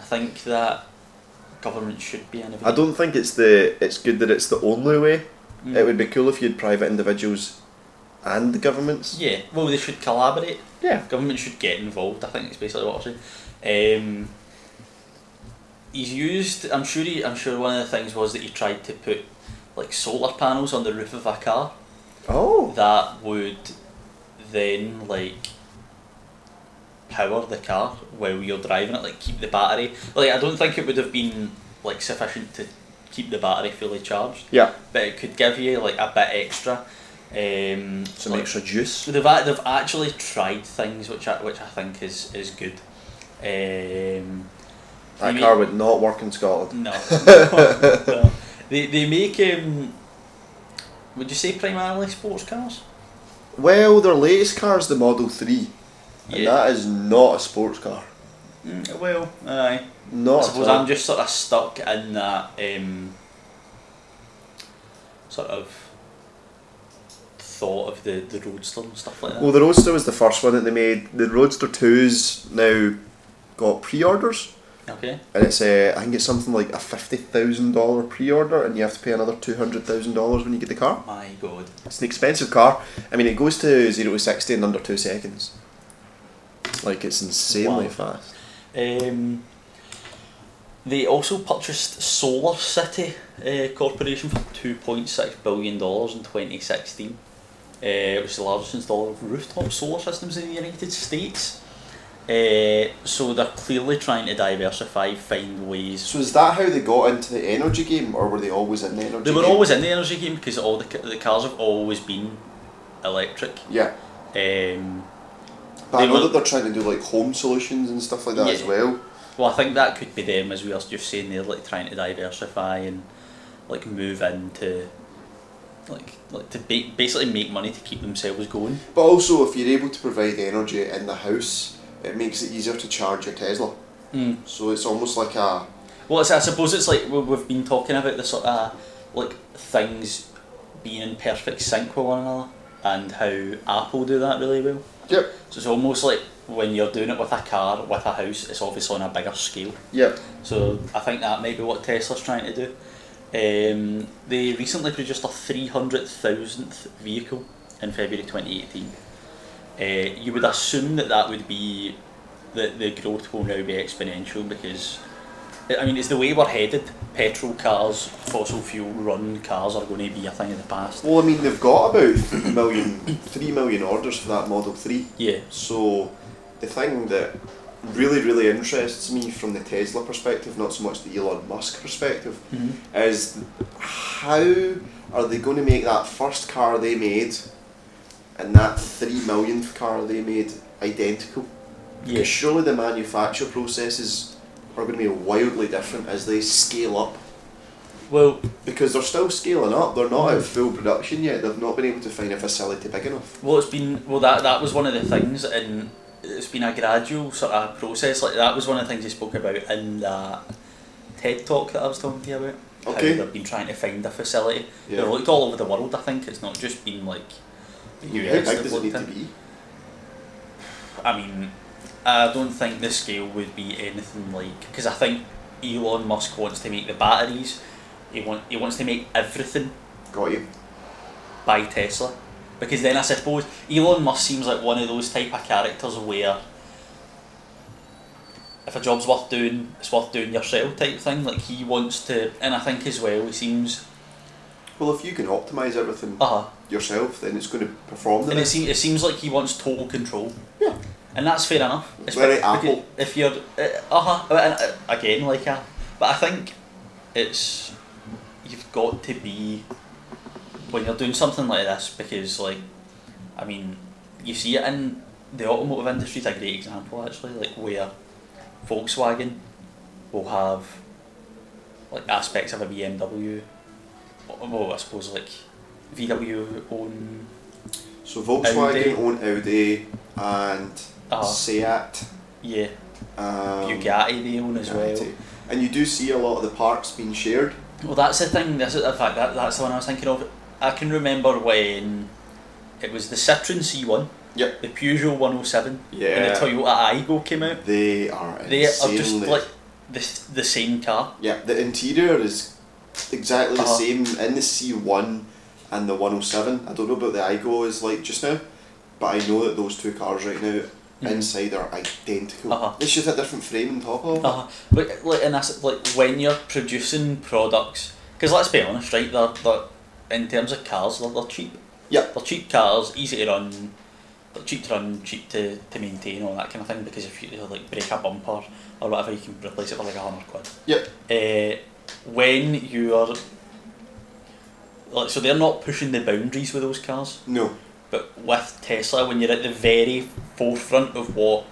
[SPEAKER 2] I think that government should be innovating.
[SPEAKER 1] I don't think it's the it's good that it's the only way.
[SPEAKER 2] Mm.
[SPEAKER 1] It would be cool if you had private individuals and the governments.
[SPEAKER 2] Yeah, well, they should collaborate.
[SPEAKER 1] Yeah.
[SPEAKER 2] Government should get involved. I think it's basically what I'm saying. Um, he's used. I'm sure. He, I'm sure one of the things was that he tried to put like solar panels on the roof of a car
[SPEAKER 1] Oh.
[SPEAKER 2] that would then like power the car while you're driving it. Like keep the battery. Like I don't think it would have been like sufficient to keep the battery fully charged,
[SPEAKER 1] Yeah.
[SPEAKER 2] but it could give you like a bit extra. Um,
[SPEAKER 1] Some
[SPEAKER 2] like,
[SPEAKER 1] extra juice.
[SPEAKER 2] They've, act- they've actually tried things which I, which I think is, is good. Um,
[SPEAKER 1] That
[SPEAKER 2] mean-
[SPEAKER 1] car would not work in Scotland.
[SPEAKER 2] no. No. They, they make, um, would you say primarily sports cars?
[SPEAKER 1] Well, their latest car is the Model Three, and
[SPEAKER 2] Yeah.
[SPEAKER 1] that is not a sports car.
[SPEAKER 2] Mm, well, aye. I
[SPEAKER 1] Not
[SPEAKER 2] suppose
[SPEAKER 1] at all.
[SPEAKER 2] I'm just sort of stuck in that um, sort of thought of the, the roadster and stuff like that.
[SPEAKER 1] Well, the Roadster was the first one that they made. The Roadster 2's now got pre-orders,
[SPEAKER 2] okay.
[SPEAKER 1] and it's uh, I think it's something like a fifty thousand dollar pre-order, and you have to pay another two hundred thousand dollars when you get the car.
[SPEAKER 2] My God.
[SPEAKER 1] It's an expensive car. I mean, it goes to zero to sixty in under two seconds. Like it's insanely
[SPEAKER 2] Wow.
[SPEAKER 1] fast.
[SPEAKER 2] Um, they also purchased Solar City uh, Corporation for two point six billion dollars in twenty sixteen. Uh, it was the largest installer of rooftop solar systems in the United States. Uh, so they're clearly trying to diversify, find ways.
[SPEAKER 1] So is that how they got into the energy game, or were they always in the energy?
[SPEAKER 2] They were always in the energy game because all the, ca- the cars have always been electric.
[SPEAKER 1] Yeah.
[SPEAKER 2] Um,
[SPEAKER 1] But I
[SPEAKER 2] They
[SPEAKER 1] know
[SPEAKER 2] want-
[SPEAKER 1] that they're trying to do like home solutions and stuff like that as
[SPEAKER 2] Yeah.
[SPEAKER 1] well.
[SPEAKER 2] well, I think that could be them as we are just saying they're like trying to diversify and like move into like like to ba- basically make money to keep themselves going.
[SPEAKER 1] But also, if you're able to provide energy in the house, it makes it easier to charge your Tesla.
[SPEAKER 2] Mm.
[SPEAKER 1] So it's almost like a
[SPEAKER 2] Well, it's, I suppose it's like we- we've been talking about the sort of like things being in perfect sync with one another, and how Apple do that really well.
[SPEAKER 1] yep,
[SPEAKER 2] So it's almost like when you're doing it with a car, with a house, it's obviously on a bigger scale.
[SPEAKER 1] yep.
[SPEAKER 2] So I think that might be what Tesla's trying to do. Um, they recently produced a 300,000th vehicle in February 2018. Uh, you would assume that that would be that the growth will now be exponential because I mean it's the way we're headed. Petrol cars, fossil fuel run cars are going to be a thing of the past.
[SPEAKER 1] Well, I mean, they've got about three million, three million orders for that Model Three.
[SPEAKER 2] Yeah.
[SPEAKER 1] So the thing that really, really interests me from the Tesla perspective, not so much the Elon Musk perspective,
[SPEAKER 2] Mm-hmm.
[SPEAKER 1] is how are they going to make that first car they made and that three millionth car they made identical?
[SPEAKER 2] Yeah.
[SPEAKER 1] Because surely the manufacture processes are going to be wildly different as they scale up.
[SPEAKER 2] Well,
[SPEAKER 1] Because they're still scaling up, they're not at full production yet, they've not been able to find a facility big enough.
[SPEAKER 2] Well, it's been well that that was one of the things, and it's been a gradual sort of process. Like that was one of the things he spoke about in that TED talk that I was talking to you about.
[SPEAKER 1] Okay.
[SPEAKER 2] How they've been trying to find a facility.
[SPEAKER 1] Yeah.
[SPEAKER 2] They've looked all over the world. I think it's not just been like the
[SPEAKER 1] How
[SPEAKER 2] US.
[SPEAKER 1] big
[SPEAKER 2] they've
[SPEAKER 1] does it
[SPEAKER 2] looked
[SPEAKER 1] need to
[SPEAKER 2] in.
[SPEAKER 1] be?
[SPEAKER 2] I mean, I don't think the scale would be anything like because I think Elon Musk wants to make the batteries. He want he wants to make everything
[SPEAKER 1] Got you.
[SPEAKER 2] by Tesla. Because then I suppose Elon Musk seems like one of those type of characters where if a job's worth doing, it's worth doing yourself type thing. Like he wants to, and I think as well, he seems.
[SPEAKER 1] Well, if you can optimise everything
[SPEAKER 2] Uh huh.
[SPEAKER 1] yourself, then it's going to perform the
[SPEAKER 2] And it,
[SPEAKER 1] best.
[SPEAKER 2] seems, it seems like he wants total control.
[SPEAKER 1] Yeah.
[SPEAKER 2] And that's fair enough.
[SPEAKER 1] It's very
[SPEAKER 2] because
[SPEAKER 1] Apple.
[SPEAKER 2] If you're. Uh huh. Again, like a. But I think it's. You've got to be. When you're doing something like this, because, like. I mean, you see it in. The automotive industry is a great example, actually, like where Volkswagen will have like aspects of a BMW. Well, I suppose like VW own
[SPEAKER 1] So Volkswagen
[SPEAKER 2] Audi.
[SPEAKER 1] own Audi and
[SPEAKER 2] uh,
[SPEAKER 1] Seat.
[SPEAKER 2] yeah,
[SPEAKER 1] Um,
[SPEAKER 2] Bugatti they own as well.
[SPEAKER 1] Bugatti. And you do see a lot of the parts being shared.
[SPEAKER 2] Well, that's the thing. That's the fact that that's the one I was thinking of. I can remember when it was the Citroen C one,
[SPEAKER 1] Yep.
[SPEAKER 2] the Peugeot one hundred seven, and
[SPEAKER 1] Yeah.
[SPEAKER 2] the Toyota Igo came out.
[SPEAKER 1] They are
[SPEAKER 2] They are
[SPEAKER 1] insanely.
[SPEAKER 2] just like the the same car.
[SPEAKER 1] yeah, the interior is exactly the
[SPEAKER 2] Uh-huh.
[SPEAKER 1] same in the C1 and the 107. I don't know about the Igo is like just now, but I know that those two cars right now
[SPEAKER 2] Mhm.
[SPEAKER 1] inside are identical.
[SPEAKER 2] Uh-huh.
[SPEAKER 1] It's just a different frame and top of.
[SPEAKER 2] Uh, but like, and that's like when you're producing products, because let's be honest, right? They're, they're in terms of cars, they're, they're cheap.
[SPEAKER 1] Yep.
[SPEAKER 2] They're cheap cars, easy to run, they're cheap to run, cheap to, to maintain, all that kind of thing. Because if you like break a bumper or whatever, you can replace it for like a hundred quid.
[SPEAKER 1] Yep.
[SPEAKER 2] Uh, when you're like, so they're not pushing the boundaries with those cars.
[SPEAKER 1] No.
[SPEAKER 2] But with Tesla, when you're at the very forefront of what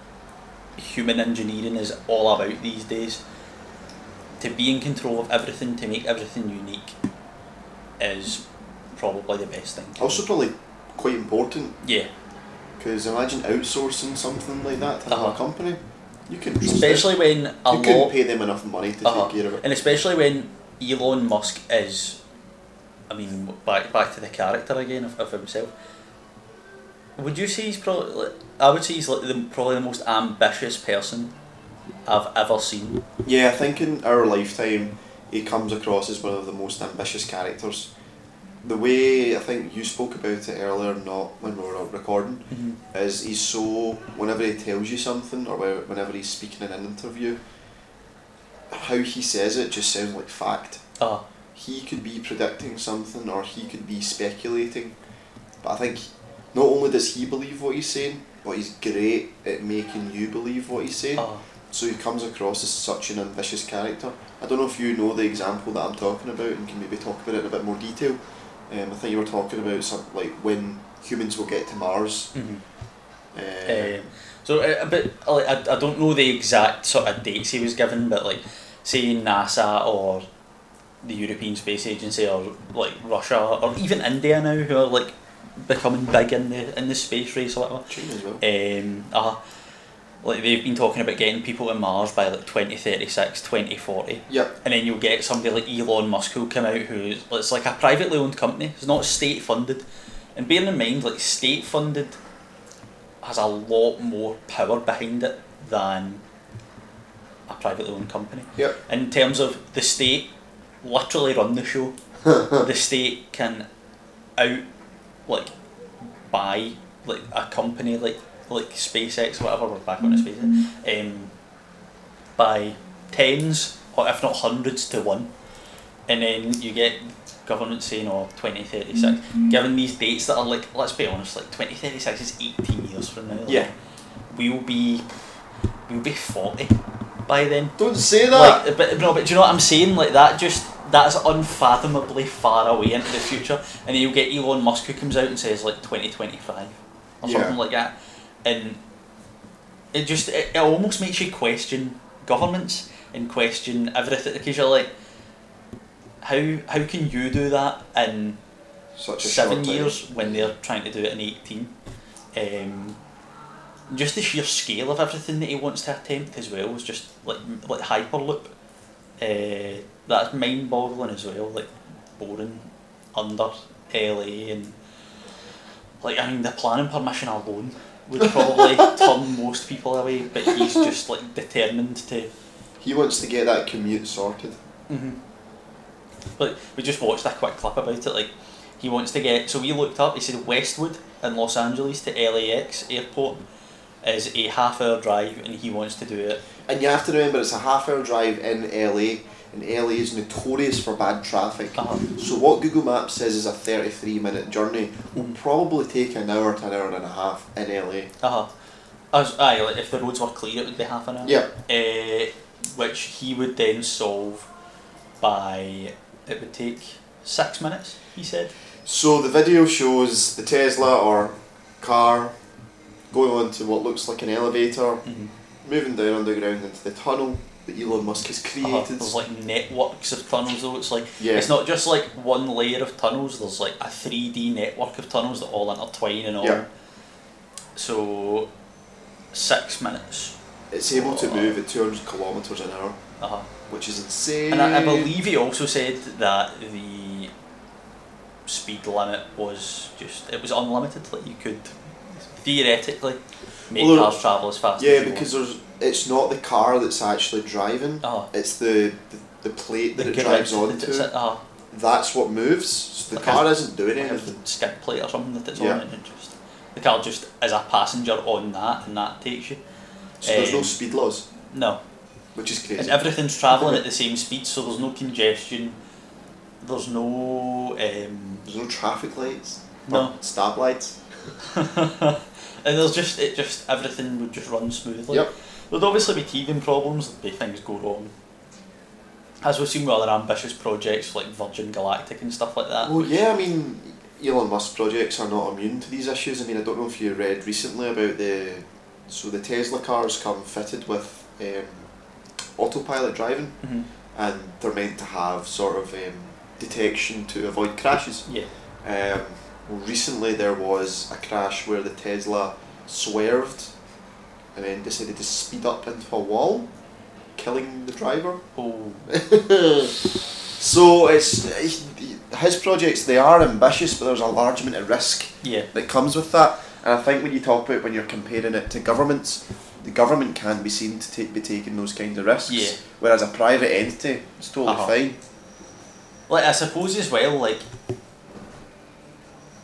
[SPEAKER 2] human engineering is all about these days, to be in control of everything, to make everything unique, is probably the best thing. to do.
[SPEAKER 1] Also, probably quite important
[SPEAKER 2] yeah,
[SPEAKER 1] Because imagine outsourcing something like that to another
[SPEAKER 2] Uh-huh.
[SPEAKER 1] company. You can trust
[SPEAKER 2] especially when a
[SPEAKER 1] it. you couldn't
[SPEAKER 2] lot,
[SPEAKER 1] pay them enough money to
[SPEAKER 2] Uh-huh.
[SPEAKER 1] take care of it.
[SPEAKER 2] and especially when Elon Musk is, I mean, back back to the character again of, of himself. Would you say he's probably? I would say he's like the, probably the most ambitious person I've ever seen.
[SPEAKER 1] Yeah, I think in our lifetime, he comes across as one of the most ambitious characters. The way I think you spoke about it earlier, not when we were out recording, is he's so whenever he tells you something or whe- whenever he's speaking in an interview, how he says it just sounds like fact.
[SPEAKER 2] Uh,
[SPEAKER 1] he could be predicting something or he could be speculating. But I think not only does he believe what he's saying, but he's great at making you believe what he's saying.
[SPEAKER 2] uh,
[SPEAKER 1] So he comes across as such an ambitious character. I don't know if you know the example that I'm talking about and can maybe talk about it in a bit more detail. Um, I think you were talking about some like when humans will get to Mars.
[SPEAKER 2] hmm
[SPEAKER 1] Um,
[SPEAKER 2] Uh, so uh, a bit like I, I don't know the exact sort of dates he was given, but like say NASA or the European Space Agency or like Russia or even India now who are like becoming big in the in the space race a little.
[SPEAKER 1] China as well.
[SPEAKER 2] Um, uh, like they've been talking about getting people to Mars by like 2036, 2040.
[SPEAKER 1] Yep.
[SPEAKER 2] And then you'll get somebody like Elon Musk who'll come out who's it's like a privately owned company. It's not state funded. And bearing in mind, like state funded has a lot more power behind it than a privately owned company.
[SPEAKER 1] Yep.
[SPEAKER 2] In terms of the state literally run the show. the state can out like buy like a company like like SpaceX or whatever we're back on to SpaceX um, by tens or if not hundreds to one and then you get government saying oh 2036 given these dates that are like let's be honest like 2036 is 18 years from now like,
[SPEAKER 1] Yeah.
[SPEAKER 2] we'll be we'll be 40 by then
[SPEAKER 1] Don't say that.
[SPEAKER 2] like, but no, but do you know what I'm saying? Like that, just that's unfathomably far away into the future, and then you'll get Elon Musk who comes out and says like 2025 or
[SPEAKER 1] Yeah.
[SPEAKER 2] something like that, and it just it, it almost makes you question governments and question everything because you're like, how how can you do that in
[SPEAKER 1] Such a
[SPEAKER 2] seven
[SPEAKER 1] short time.
[SPEAKER 2] years when they're trying to do it in 18. Um, just the sheer scale of everything that he wants to attempt as well is just like like Hyperloop. Uh, that's mind boggling as well, like boring under LA and like I mean the planning permission alone would probably turn most people away, but he's just like determined to
[SPEAKER 1] He wants to get that commute sorted.
[SPEAKER 2] hmm Like we just watched a quick clip about it. Like he wants to get. So we looked up. He said Westwood in Los Angeles to LAX airport is a half hour drive, and he wants to do it.
[SPEAKER 1] And you have to remember it's a half hour drive in LA, and LA is notorious for bad traffic.
[SPEAKER 2] Uh-huh.
[SPEAKER 1] So what Google Maps says is a 33 minute journey will probably take an hour to an hour and a half in LA.
[SPEAKER 2] Uh huh. As aye, like if the roads were clear, it would be half an hour.
[SPEAKER 1] Yeah.
[SPEAKER 2] Uh, which he would then solve by it would take six minutes. He said.
[SPEAKER 1] So the video shows the Tesla or car going onto what looks like an elevator,
[SPEAKER 2] Mhm.
[SPEAKER 1] moving down underground into the tunnel that Elon Musk has
[SPEAKER 2] Uh-huh.
[SPEAKER 1] created.
[SPEAKER 2] There's like networks of tunnels though. It's like
[SPEAKER 1] Yeah.
[SPEAKER 2] it's not just like one layer of tunnels. There's like a three D network of tunnels that all intertwine and all.
[SPEAKER 1] Yeah.
[SPEAKER 2] So six minutes.
[SPEAKER 1] It's able to move at 200 kilometers an hour,
[SPEAKER 2] Uh-huh.
[SPEAKER 1] which is insane.
[SPEAKER 2] And I, I believe he also said that the speed limit was just it was unlimited. Like you could theoretically make
[SPEAKER 1] Well, there-
[SPEAKER 2] cars travel as fast.
[SPEAKER 1] Yeah,
[SPEAKER 2] as you
[SPEAKER 1] because there's it's not the car that's actually driving.
[SPEAKER 2] uh
[SPEAKER 1] It's the, the, the plate that it drives onto.
[SPEAKER 2] uh,
[SPEAKER 1] That's what moves. So the
[SPEAKER 2] Like
[SPEAKER 1] car isn't doing
[SPEAKER 2] like a
[SPEAKER 1] anything.
[SPEAKER 2] skip plate or something that it's
[SPEAKER 1] Yeah.
[SPEAKER 2] on and it just the car just is a passenger on that and that takes you.
[SPEAKER 1] So there's no
[SPEAKER 2] um,
[SPEAKER 1] speed laws,
[SPEAKER 2] No.
[SPEAKER 1] which is
[SPEAKER 2] And
[SPEAKER 1] crazy.
[SPEAKER 2] everything's travelling at the same speed so there's no congestion. There's no um
[SPEAKER 1] There's no traffic lights.
[SPEAKER 2] No.
[SPEAKER 1] Stop lights. Oh.
[SPEAKER 2] and there's just it just everything would just run smoothly.
[SPEAKER 1] Yep.
[SPEAKER 2] There'd obviously be teething problems, there'd be things go wrong. As we've seen with other ambitious projects like Virgin Galactic and stuff like that.
[SPEAKER 1] Well, Oh, yeah, I mean, Elon Musk projects are not immune to these issues. I mean, I don't know if you read recently about the. So the Tesla cars come fitted with um, autopilot driving,
[SPEAKER 2] hmm
[SPEAKER 1] and they're meant to have sort of um, detection to avoid crashes.
[SPEAKER 2] Yeah.
[SPEAKER 1] Um, recently, there was a crash where the Tesla swerved and then decided to speed up into a wall, killing the driver.
[SPEAKER 2] Oh
[SPEAKER 1] so it's his projects. They are ambitious, but there's a large amount of risk
[SPEAKER 2] yeah.
[SPEAKER 1] that comes with that. And I think when you talk about when you're comparing it to governments, the government can be seen to take, be taking those kinds of risks.
[SPEAKER 2] Yeah.
[SPEAKER 1] Whereas a private entity, it's totally
[SPEAKER 2] Uh-huh.
[SPEAKER 1] fine.
[SPEAKER 2] Like I suppose as well, like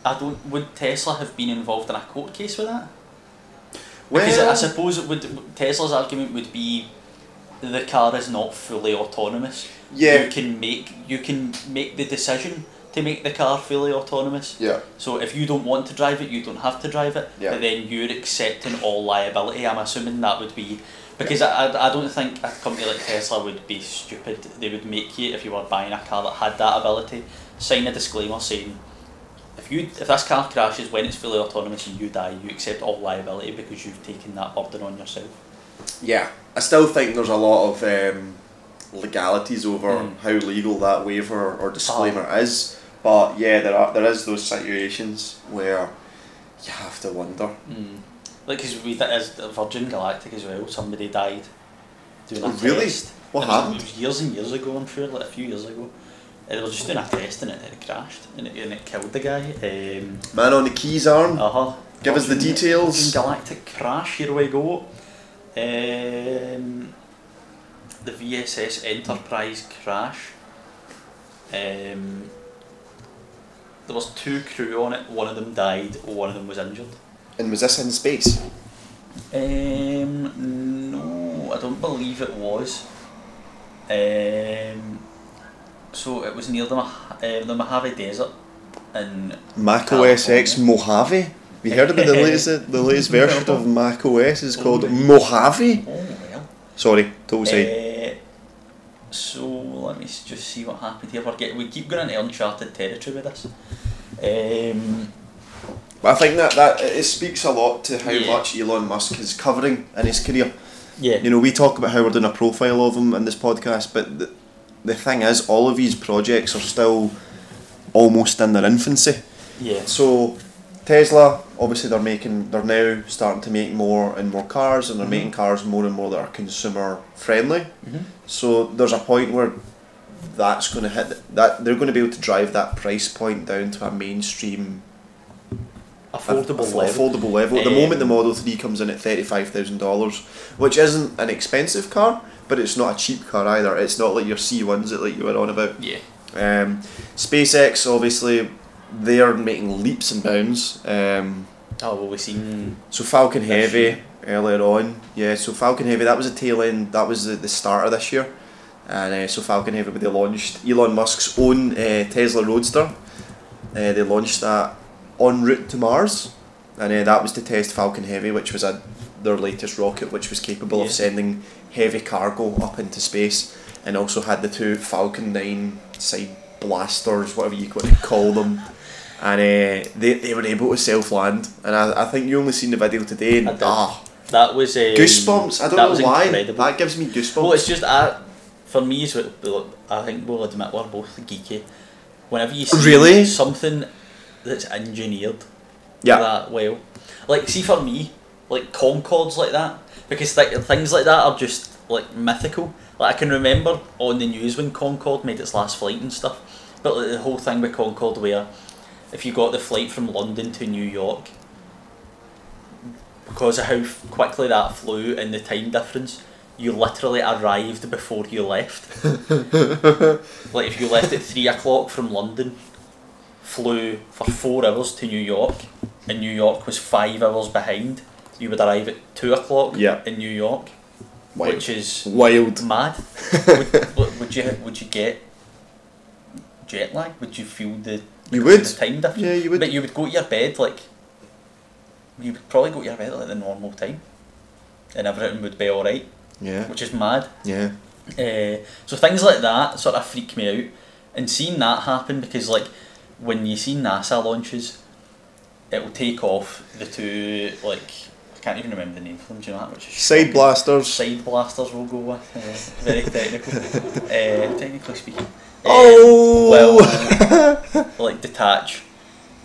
[SPEAKER 2] I don't would Tesla have been involved in a court case with that? Because I suppose it would Tesla's argument would be the car is not fully autonomous.
[SPEAKER 1] yeah,
[SPEAKER 2] You can make you can make the decision to make the car fully autonomous.
[SPEAKER 1] yeah.
[SPEAKER 2] So if you don't want to drive it, you don't have to drive it.
[SPEAKER 1] Yeah.
[SPEAKER 2] But then you're accepting all liability. I'm assuming that would be because I, I, I don't think a company like Tesla would be stupid. They would make you if you were buying a car that had that ability, sign a disclaimer saying if you if this car crashes when it's fully autonomous and you die, you accept all liability because you've taken that burden on yourself.
[SPEAKER 3] Yeah, I still think there's a lot of um, legalities over
[SPEAKER 2] Mm.
[SPEAKER 3] how legal that waiver or disclaimer
[SPEAKER 2] Uh-huh.
[SPEAKER 3] is. But yeah, there are there is those situations where you have to wonder.
[SPEAKER 2] Mm. Like because we did as Virgin Galactic as well, somebody died doing a
[SPEAKER 3] Oh, really?
[SPEAKER 2] test.
[SPEAKER 3] What
[SPEAKER 2] It was-
[SPEAKER 3] happened?
[SPEAKER 2] It was years and years ago, I'm sure, like a few years ago. And they were just doing a test and it, it crashed and it, and it killed the guy. Um,
[SPEAKER 3] Man on the keys arm.
[SPEAKER 2] Uh-huh.
[SPEAKER 3] Give us the
[SPEAKER 2] Virgin-
[SPEAKER 3] details.
[SPEAKER 2] Virgin Galactic crash, here we go. Um, the VSS Enterprise crash. Um, there was two crew on it, one of them died, one of them was injured.
[SPEAKER 3] and was this in space?
[SPEAKER 2] Um, no, I don't believe it was. Um, so it was near the, Mah- uh, the Mojave Desert in
[SPEAKER 1] Mac
[SPEAKER 2] California.
[SPEAKER 1] OS X Mojave. Have you heard about the latest the latest version of Mac OS is called Mojave?
[SPEAKER 2] Oh well.
[SPEAKER 1] Sorry, total side.
[SPEAKER 2] Uh, so let me s- just see what happened here. We're get, we keep going into uncharted territory with this. Um,
[SPEAKER 3] But I think that, that it speaks a lot to how
[SPEAKER 2] Yeah.
[SPEAKER 3] much Elon Musk is covering in his career.
[SPEAKER 2] yeah.
[SPEAKER 1] You know, we talk about how we're doing a profile of him in this podcast, but the, the thing is, all of these projects are still almost in their infancy.
[SPEAKER 2] yeah.
[SPEAKER 1] So Tesla, obviously, they're making they're now starting to make more and more cars, and they're
[SPEAKER 2] Mhm.
[SPEAKER 1] making cars more and more that are consumer friendly.
[SPEAKER 2] Mhm.
[SPEAKER 1] So there's a point where that's going to hit th- that they're going to be able to drive that price point down to a mainstream
[SPEAKER 2] Affordable
[SPEAKER 1] aff-
[SPEAKER 2] level.
[SPEAKER 1] affordable level. At the
[SPEAKER 2] Um,
[SPEAKER 1] moment the Model Three comes in at thirty five thousand dollars, which isn't an expensive car, but it's not a cheap car either. It's not like your C ones that like you were on about.
[SPEAKER 2] Yeah.
[SPEAKER 1] Um, SpaceX obviously they're making leaps and bounds. Um,
[SPEAKER 2] Oh well, we seen.
[SPEAKER 1] so Falcon
[SPEAKER 2] This
[SPEAKER 1] Heavy
[SPEAKER 2] year.
[SPEAKER 1] earlier on, yeah. So Falcon Heavy that was the tail end. That was the, the start of this year, and uh, so Falcon Heavy they launched Elon Musk's own uh, Tesla Roadster. Uh, they launched that en route to Mars, and uh, that was to test Falcon Heavy, which was a their latest rocket, which was capable of
[SPEAKER 2] Yeah.
[SPEAKER 1] sending heavy cargo up into space, and also had the two Falcon Nine side blasters, whatever you want to call them. And uh, they, they were able to self land, and I, I think you only seen the video today. And,
[SPEAKER 2] I did.
[SPEAKER 1] ah,
[SPEAKER 2] That was a
[SPEAKER 1] goosebumps! I
[SPEAKER 2] that
[SPEAKER 1] don't
[SPEAKER 2] was
[SPEAKER 1] know why.
[SPEAKER 2] Incredible.
[SPEAKER 1] That gives me goosebumps.
[SPEAKER 2] Well, it's just I, for me, is what look, I think we'll admit we're both geeky. Whenever you see
[SPEAKER 1] Really?
[SPEAKER 2] something that's engineered
[SPEAKER 1] yeah,
[SPEAKER 2] that well, like see for me, like Concords like that, because like things like that are just like mythical. Like I can remember on the news when Concorde made its last flight and stuff, but like, the whole thing with Concorde where if you got the flight from London to New York, because of how f- quickly that flew and the time difference, you literally arrived before you left. like if you left at three o'clock from London, flew for four hours to New York, and New York was five hours behind, you would arrive at two o'clock
[SPEAKER 1] Yeah.
[SPEAKER 2] in New York,
[SPEAKER 1] wild.
[SPEAKER 2] which is
[SPEAKER 1] wild.
[SPEAKER 2] mad. would, would- would you would you get jet lag? Would you feel the
[SPEAKER 1] You
[SPEAKER 2] because
[SPEAKER 1] would.
[SPEAKER 2] of the time difference?
[SPEAKER 1] Yeah, you would.
[SPEAKER 2] But you would go to your bed like you would probably go to your bed like the normal time, and everything would be all right,
[SPEAKER 1] Yeah,
[SPEAKER 2] which is mad.
[SPEAKER 1] yeah.
[SPEAKER 2] Uh, so things like that sort of freak me out, and seeing that happen because like when you see NASA launches, it will take off the two like I can't even remember the name for them. Do you know that? Which is
[SPEAKER 1] Side
[SPEAKER 2] shocking.
[SPEAKER 1] blasters.
[SPEAKER 2] Side blasters will go with. Uh, very technical. uh, technically speaking. Uh,
[SPEAKER 1] Oh.
[SPEAKER 2] well, like detach.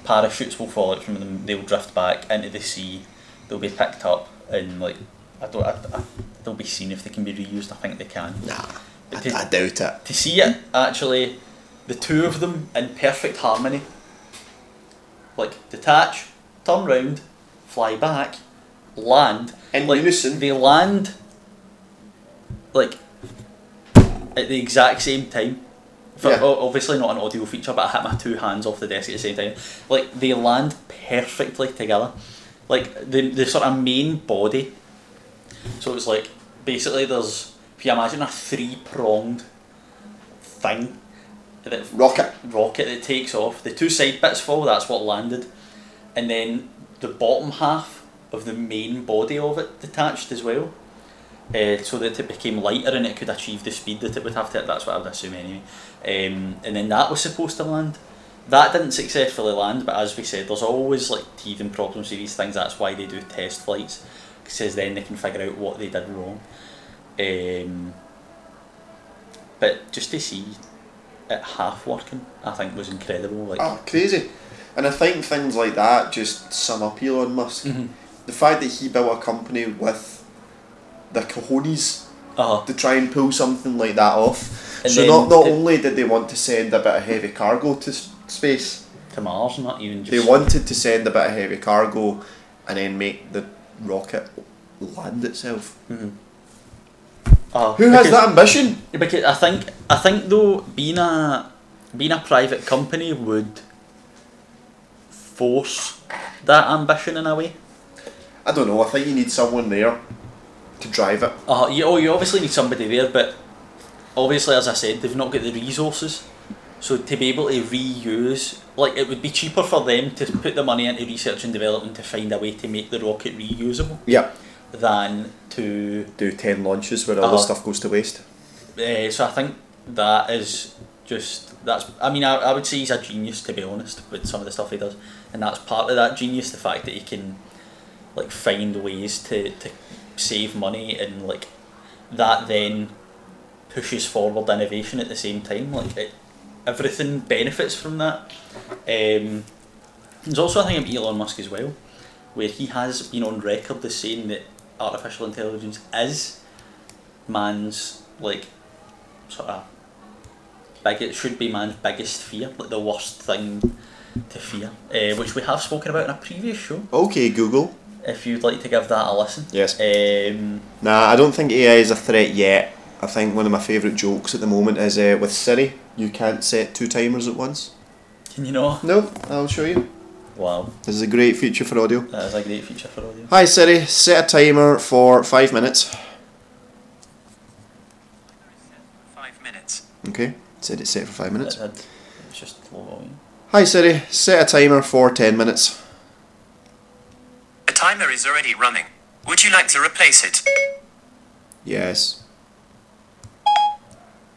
[SPEAKER 2] Parachutes will fall out from them. They'll drift back into the sea. They'll be picked up and like I don't. I, I, they'll be seen if they can be reused. I think they can.
[SPEAKER 1] Nah, I,
[SPEAKER 2] But
[SPEAKER 1] I
[SPEAKER 2] to,
[SPEAKER 1] doubt it.
[SPEAKER 2] to see it actually, the two of them in perfect harmony. Like detach, turn round, fly back, land,
[SPEAKER 3] In
[SPEAKER 2] like,
[SPEAKER 3] unison.
[SPEAKER 2] They land like at the exact same time. For,
[SPEAKER 3] Yeah.
[SPEAKER 2] o- Obviously not an audio feature, but I hit my two hands off the desk at the same time. Like they land perfectly together. Like the the sort of main body. So it's like basically there's if you imagine a three pronged thing that
[SPEAKER 3] Rocket.
[SPEAKER 2] rocket that takes off. The two side bits fall, that's what landed. And then the bottom half of the main body of it detached as well. Uh, so that it became lighter and it could achieve the speed that it would have to. That's what I would assume anyway. Um, and then that was supposed to land. that didn't successfully land, but as we said, there's always like teething problems with these things. That's why they do test flights, because then they can figure out what they did wrong. Um, but just to see it half working, I think was incredible. Like,
[SPEAKER 1] Ah, crazy. And I think things like that just sum up Elon Musk.
[SPEAKER 2] Mhm.
[SPEAKER 1] The fact that he built a company with the cojones
[SPEAKER 2] uh-huh.
[SPEAKER 1] to try and pull something like that off.
[SPEAKER 2] And
[SPEAKER 1] so
[SPEAKER 2] then
[SPEAKER 1] not, not
[SPEAKER 2] the-
[SPEAKER 1] only did they want to send a bit of heavy cargo to s- space,
[SPEAKER 2] to Mars, not even just.
[SPEAKER 1] they wanted to send a bit of heavy cargo and then make the rocket land itself.
[SPEAKER 2] Mhm. Uh,
[SPEAKER 1] Who has
[SPEAKER 2] because-
[SPEAKER 1] that ambition?
[SPEAKER 2] Because I think I think though being a being a private company would force that ambition in a way.
[SPEAKER 1] I don't know. I think you need someone there to drive it.
[SPEAKER 2] Uh, you, oh, you obviously need somebody there, but obviously, as I said, they've not got the resources. So to be able to reuse, like it would be cheaper for them to put the money into research and development to find a way to make the rocket reusable
[SPEAKER 1] Yeah.
[SPEAKER 2] than to.
[SPEAKER 1] Do 10 launches where all the
[SPEAKER 2] Uh-huh.
[SPEAKER 1] stuff goes to waste.
[SPEAKER 2] Uh, so I think that is just that's. I mean, I, I would say he's a genius to be honest with some of the stuff he does, and that's part of that genius. The fact that he can, like, find ways to to save money and like that then pushes forward innovation at the same time. Like it, everything benefits from that. Um, there's also a thing about Elon Musk as well, where he has been on record as saying that artificial intelligence is man's like sort of big. It should be man's biggest fear, like the worst thing to fear, uh, which we have spoken about in a previous show.
[SPEAKER 1] Okay, Google.
[SPEAKER 2] If you'd like to give that a listen,
[SPEAKER 1] Yes.
[SPEAKER 2] um,
[SPEAKER 1] Nah, I don't think AI is a threat yet. I think one of my favourite jokes at the moment is uh, with Siri, you can't set two timers at once.
[SPEAKER 2] can you know?
[SPEAKER 1] No, I'll show you.
[SPEAKER 2] Wow,
[SPEAKER 1] This is a great feature for audio.
[SPEAKER 2] that is a great feature for audio.
[SPEAKER 1] Hi Siri, set a timer for five minutes.
[SPEAKER 4] Five minutes.
[SPEAKER 1] Okay, said it's set for five
[SPEAKER 2] It
[SPEAKER 1] minutes.
[SPEAKER 2] had, it's just low volume.
[SPEAKER 1] Hi Siri, set a timer for ten minutes.
[SPEAKER 4] The timer is already running. Would you like to replace it?
[SPEAKER 1] Yes.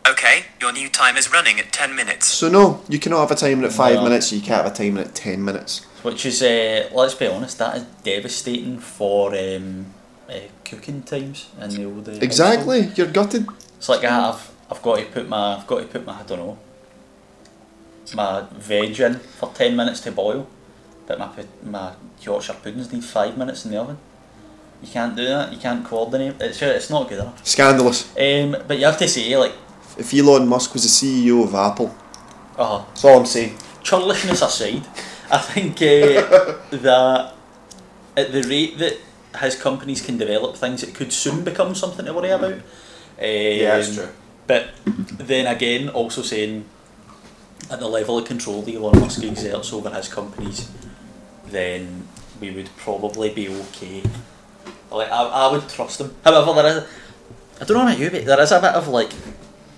[SPEAKER 4] Okay, your new time is running at 10 minutes.
[SPEAKER 1] So no, you cannot have a timer at five
[SPEAKER 2] No.
[SPEAKER 1] minutes. You can't have a timer at ten minutes.
[SPEAKER 2] Which is, uh, let's be honest, that is devastating for um, uh, cooking times in the old. Uh, household.
[SPEAKER 1] Exactly, you're gutted.
[SPEAKER 2] It's like ah, I've I've got to put my I've got to put my I don't know my veg in for ten minutes to boil, but my pud- my Yorkshire puddings need five minutes in the oven. You can't do that. You can't coordinate. It's ju- it's not good enough.
[SPEAKER 1] Scandalous.
[SPEAKER 2] Um, but you have to say like
[SPEAKER 1] If Elon Musk was the CEO of Apple,
[SPEAKER 2] oh
[SPEAKER 1] that's all I'm saying.
[SPEAKER 2] churlishness aside, I think uh, that at the rate that his companies can develop things, it could soon become something to worry about. Um, yeah,
[SPEAKER 1] it's true.
[SPEAKER 2] But then again, also saying at the level of control that Elon Musk exerts over his companies, then we would probably be okay. Like I, I would trust him. However, there is I don't know about you, but there is a bit of like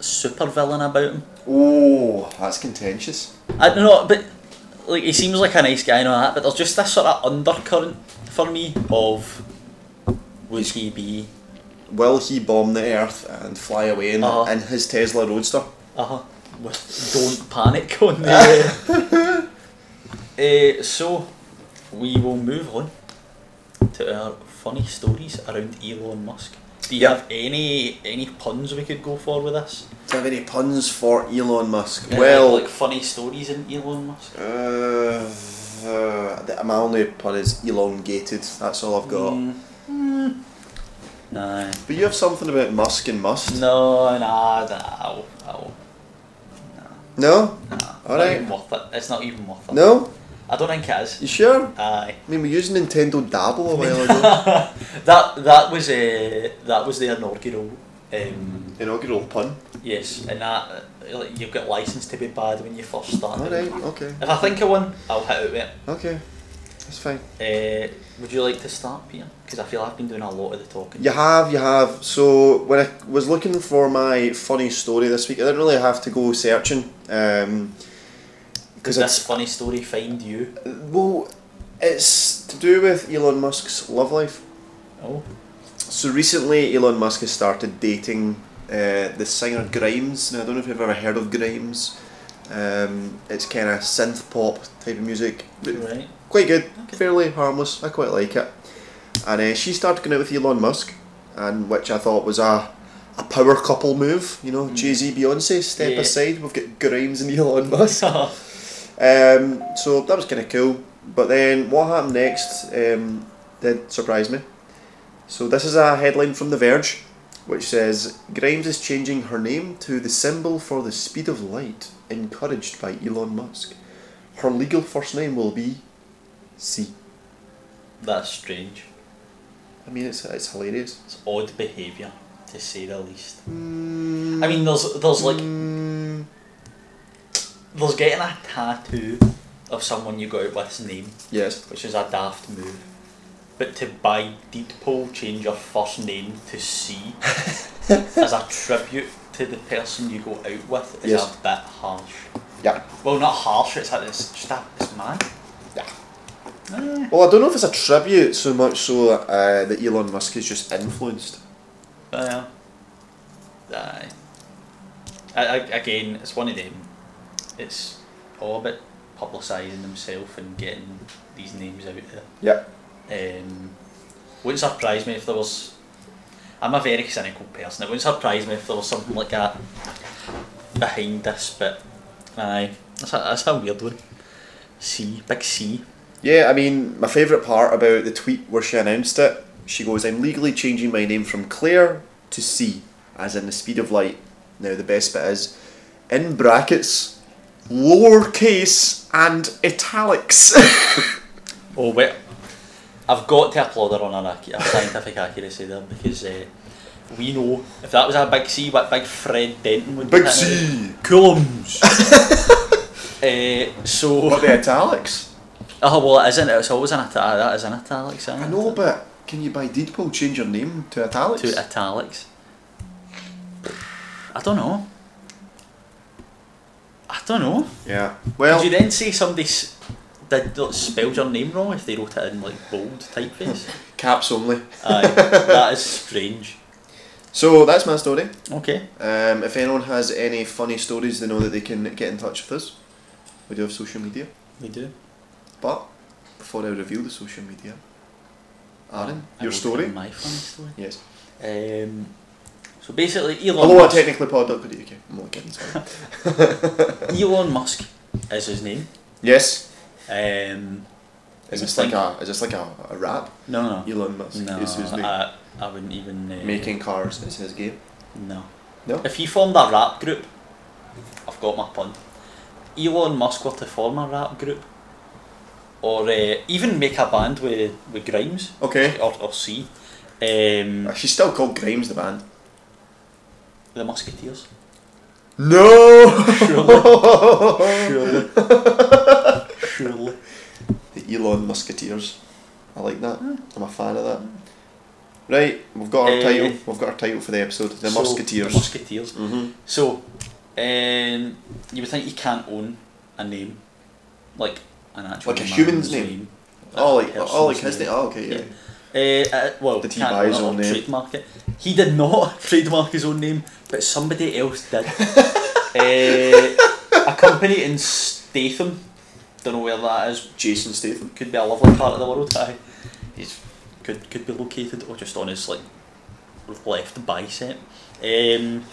[SPEAKER 2] super villain about him.
[SPEAKER 1] Oh, that's contentious.
[SPEAKER 2] I don't know, but like he seems like a nice guy and all that, but there's just this sort of undercurrent for me of would he be?
[SPEAKER 1] Will he bomb the Earth and fly away in,
[SPEAKER 2] Uh-huh.
[SPEAKER 1] in his Tesla Roadster?
[SPEAKER 2] Uh huh. Don't panic on the. uh, so we will move on to our funny stories around Elon Musk. Do you
[SPEAKER 1] Yep.
[SPEAKER 2] have any any puns we could go for with this?
[SPEAKER 1] Do you have any puns for Elon Musk?
[SPEAKER 2] Any,
[SPEAKER 1] well,
[SPEAKER 2] like, like funny stories in Elon Musk.
[SPEAKER 1] uh, uh, th- my only pun is elongated. That's all I've got.
[SPEAKER 2] Mm. Nah.
[SPEAKER 1] But you have something about Musk and Must.
[SPEAKER 2] No, nah, nah, ow,
[SPEAKER 1] No.
[SPEAKER 2] nah.
[SPEAKER 1] All
[SPEAKER 2] not
[SPEAKER 1] right.
[SPEAKER 2] even worth it. It's not even worth it.
[SPEAKER 1] No?
[SPEAKER 2] I don't think it is.
[SPEAKER 1] You sure?
[SPEAKER 2] Aye.
[SPEAKER 1] I mean, we used Nintendo Dabble a while ago.
[SPEAKER 2] that that was a that was the inaugural. Um,
[SPEAKER 1] Inaugural pun.
[SPEAKER 2] yes, and that uh, like, you've got license to be bad when you first start.
[SPEAKER 1] Alright, okay.
[SPEAKER 2] If I think of one, I'll hit it with it.
[SPEAKER 1] Okay. That's fine.
[SPEAKER 2] Uh, would you like to start, Peter? Because I feel I've been doing a lot of the talking.
[SPEAKER 1] You have, you have. So when I was looking for my funny story this week, I didn't really have to go searching. Um,
[SPEAKER 2] Because
[SPEAKER 1] it's-
[SPEAKER 2] this funny story find you.
[SPEAKER 1] Well, it's to do with Elon Musk's love life.
[SPEAKER 2] Oh.
[SPEAKER 1] So recently, Elon Musk has started dating uh, the singer Grimes. Now, I don't know if you've ever heard of Grimes. Um, it's kind of synth pop type of music.
[SPEAKER 2] Right.
[SPEAKER 1] Quite good,
[SPEAKER 2] Okay.
[SPEAKER 1] fairly harmless. I quite like it. And uh, she started going out with Elon Musk, and which I thought was a, a power couple move. You know, Jay Z, Beyonce, step
[SPEAKER 2] Mm. Yeah.
[SPEAKER 1] aside. We've got Grimes and Elon Musk. Um, so that was kind of cool. But then what happened next um, did surprise me. So this is a headline from The Verge, which says Grimes is changing her name to the symbol for the speed of light, encouraged by Elon Musk. Her legal first name will be C.
[SPEAKER 2] That's strange.
[SPEAKER 1] I mean, it's it's hilarious.
[SPEAKER 2] It's odd behaviour, to say the least. I mean, there's there's like
[SPEAKER 1] Mm,
[SPEAKER 2] there's getting a tattoo of someone you got out with's name,
[SPEAKER 1] yes.
[SPEAKER 2] which is a daft move. But to by deed poll change your first name to C as a tribute to the person you go out with is
[SPEAKER 1] Yes.
[SPEAKER 2] a bit harsh.
[SPEAKER 1] Yeah.
[SPEAKER 2] Well, not harsh. It's like it's just a, it's mad.
[SPEAKER 1] Yeah.
[SPEAKER 2] Eh.
[SPEAKER 1] Well, I don't know if it's a tribute so much so uh, that Elon Musk is just influenced.
[SPEAKER 2] Yeah. Aye. I, I, again, it's one of them. It's all about publicising themselves and getting these names out
[SPEAKER 1] Yeah.
[SPEAKER 2] there. Um, wouldn't surprise me if there was. I'm a very cynical person. It wouldn't surprise me if there was something like that behind this, but aye, that's a, that's a weird one. C, big C.
[SPEAKER 1] Yeah, I mean, my favourite part about the tweet where she announced it, she goes, I'm legally changing my name from Claire to C, as in the speed of light. Now, the best bit is, in brackets, lowercase and italics.
[SPEAKER 2] Oh wait, I've got to applaud her on her ac- her scientific accuracy there because uh, we know if that was a big C, what big Fred Denton would
[SPEAKER 1] Big
[SPEAKER 2] be
[SPEAKER 1] C!
[SPEAKER 2] Coulombs. uh,
[SPEAKER 1] What
[SPEAKER 2] so,
[SPEAKER 1] the italics?
[SPEAKER 2] oh well, it isn't. It's always an italic. That is an italics. isn't
[SPEAKER 1] I
[SPEAKER 2] it?
[SPEAKER 1] know, but can you by deed poll change your name to italics?
[SPEAKER 2] to italics. I don't know. I don't know.
[SPEAKER 1] yeah. Well,
[SPEAKER 2] Would you then say somebody s- did like, spelled your name wrong if they wrote it in like bold typeface?
[SPEAKER 1] caps only.
[SPEAKER 2] Aye, that is strange.
[SPEAKER 1] So that's my story.
[SPEAKER 2] Okay.
[SPEAKER 1] Um, if anyone has any funny stories, they know that they can get in touch with us. We do have social media.
[SPEAKER 2] We do.
[SPEAKER 1] But before I reveal the social media, Aaron,
[SPEAKER 2] I
[SPEAKER 1] your
[SPEAKER 2] will
[SPEAKER 1] story.
[SPEAKER 2] tell My funny story.
[SPEAKER 1] Yes.
[SPEAKER 2] Um, so basically, Elon
[SPEAKER 1] Although at
[SPEAKER 2] Musk,
[SPEAKER 1] technicallypod.co.uk. I'm only kidding. Sorry.
[SPEAKER 2] Elon Musk is his name.
[SPEAKER 1] yes.
[SPEAKER 2] Um,
[SPEAKER 1] Is
[SPEAKER 2] You
[SPEAKER 1] this like
[SPEAKER 2] think-
[SPEAKER 1] a is this like a, a rap?
[SPEAKER 2] no, no,
[SPEAKER 1] Elon Musk
[SPEAKER 2] no.
[SPEAKER 1] is his name.
[SPEAKER 2] I, I wouldn't even uh,
[SPEAKER 1] Making cars is his game.
[SPEAKER 2] No.
[SPEAKER 1] No?
[SPEAKER 2] If he formed a rap group, I've got my pun. Elon Musk were to form a rap group, or uh, even make a band with with Grimes
[SPEAKER 1] Okay.
[SPEAKER 2] or or C, um,
[SPEAKER 1] She's still called Grimes the band.
[SPEAKER 2] the Musketeers.
[SPEAKER 1] No.
[SPEAKER 2] Surely. Surely.
[SPEAKER 1] the Elon Musketeers. I like that. I'm a fan of that. Right, we've got our
[SPEAKER 2] Mm. Eh.
[SPEAKER 1] title. We've got our title for the episode. The
[SPEAKER 2] So,
[SPEAKER 1] Musketeers.
[SPEAKER 2] The Musketeers.
[SPEAKER 1] hmm
[SPEAKER 2] So, um, you would think you can't own a name, like an actual
[SPEAKER 1] Like a
[SPEAKER 2] man's
[SPEAKER 1] human's name? Oh, like
[SPEAKER 2] Person's
[SPEAKER 1] oh, like his name. Oh, okay, yeah.
[SPEAKER 2] Eh, uh, well,
[SPEAKER 1] The T
[SPEAKER 2] can't
[SPEAKER 1] by his
[SPEAKER 2] own it
[SPEAKER 1] own
[SPEAKER 2] or
[SPEAKER 1] name.
[SPEAKER 2] Trademark it. He did not trademark his own name, but somebody else did. Eh, a company in Statham, don't know where that is.
[SPEAKER 1] Jason Statham.
[SPEAKER 2] Could be a lovely part of the world. Aye. He's could could be located or just on his like left bicep. Um,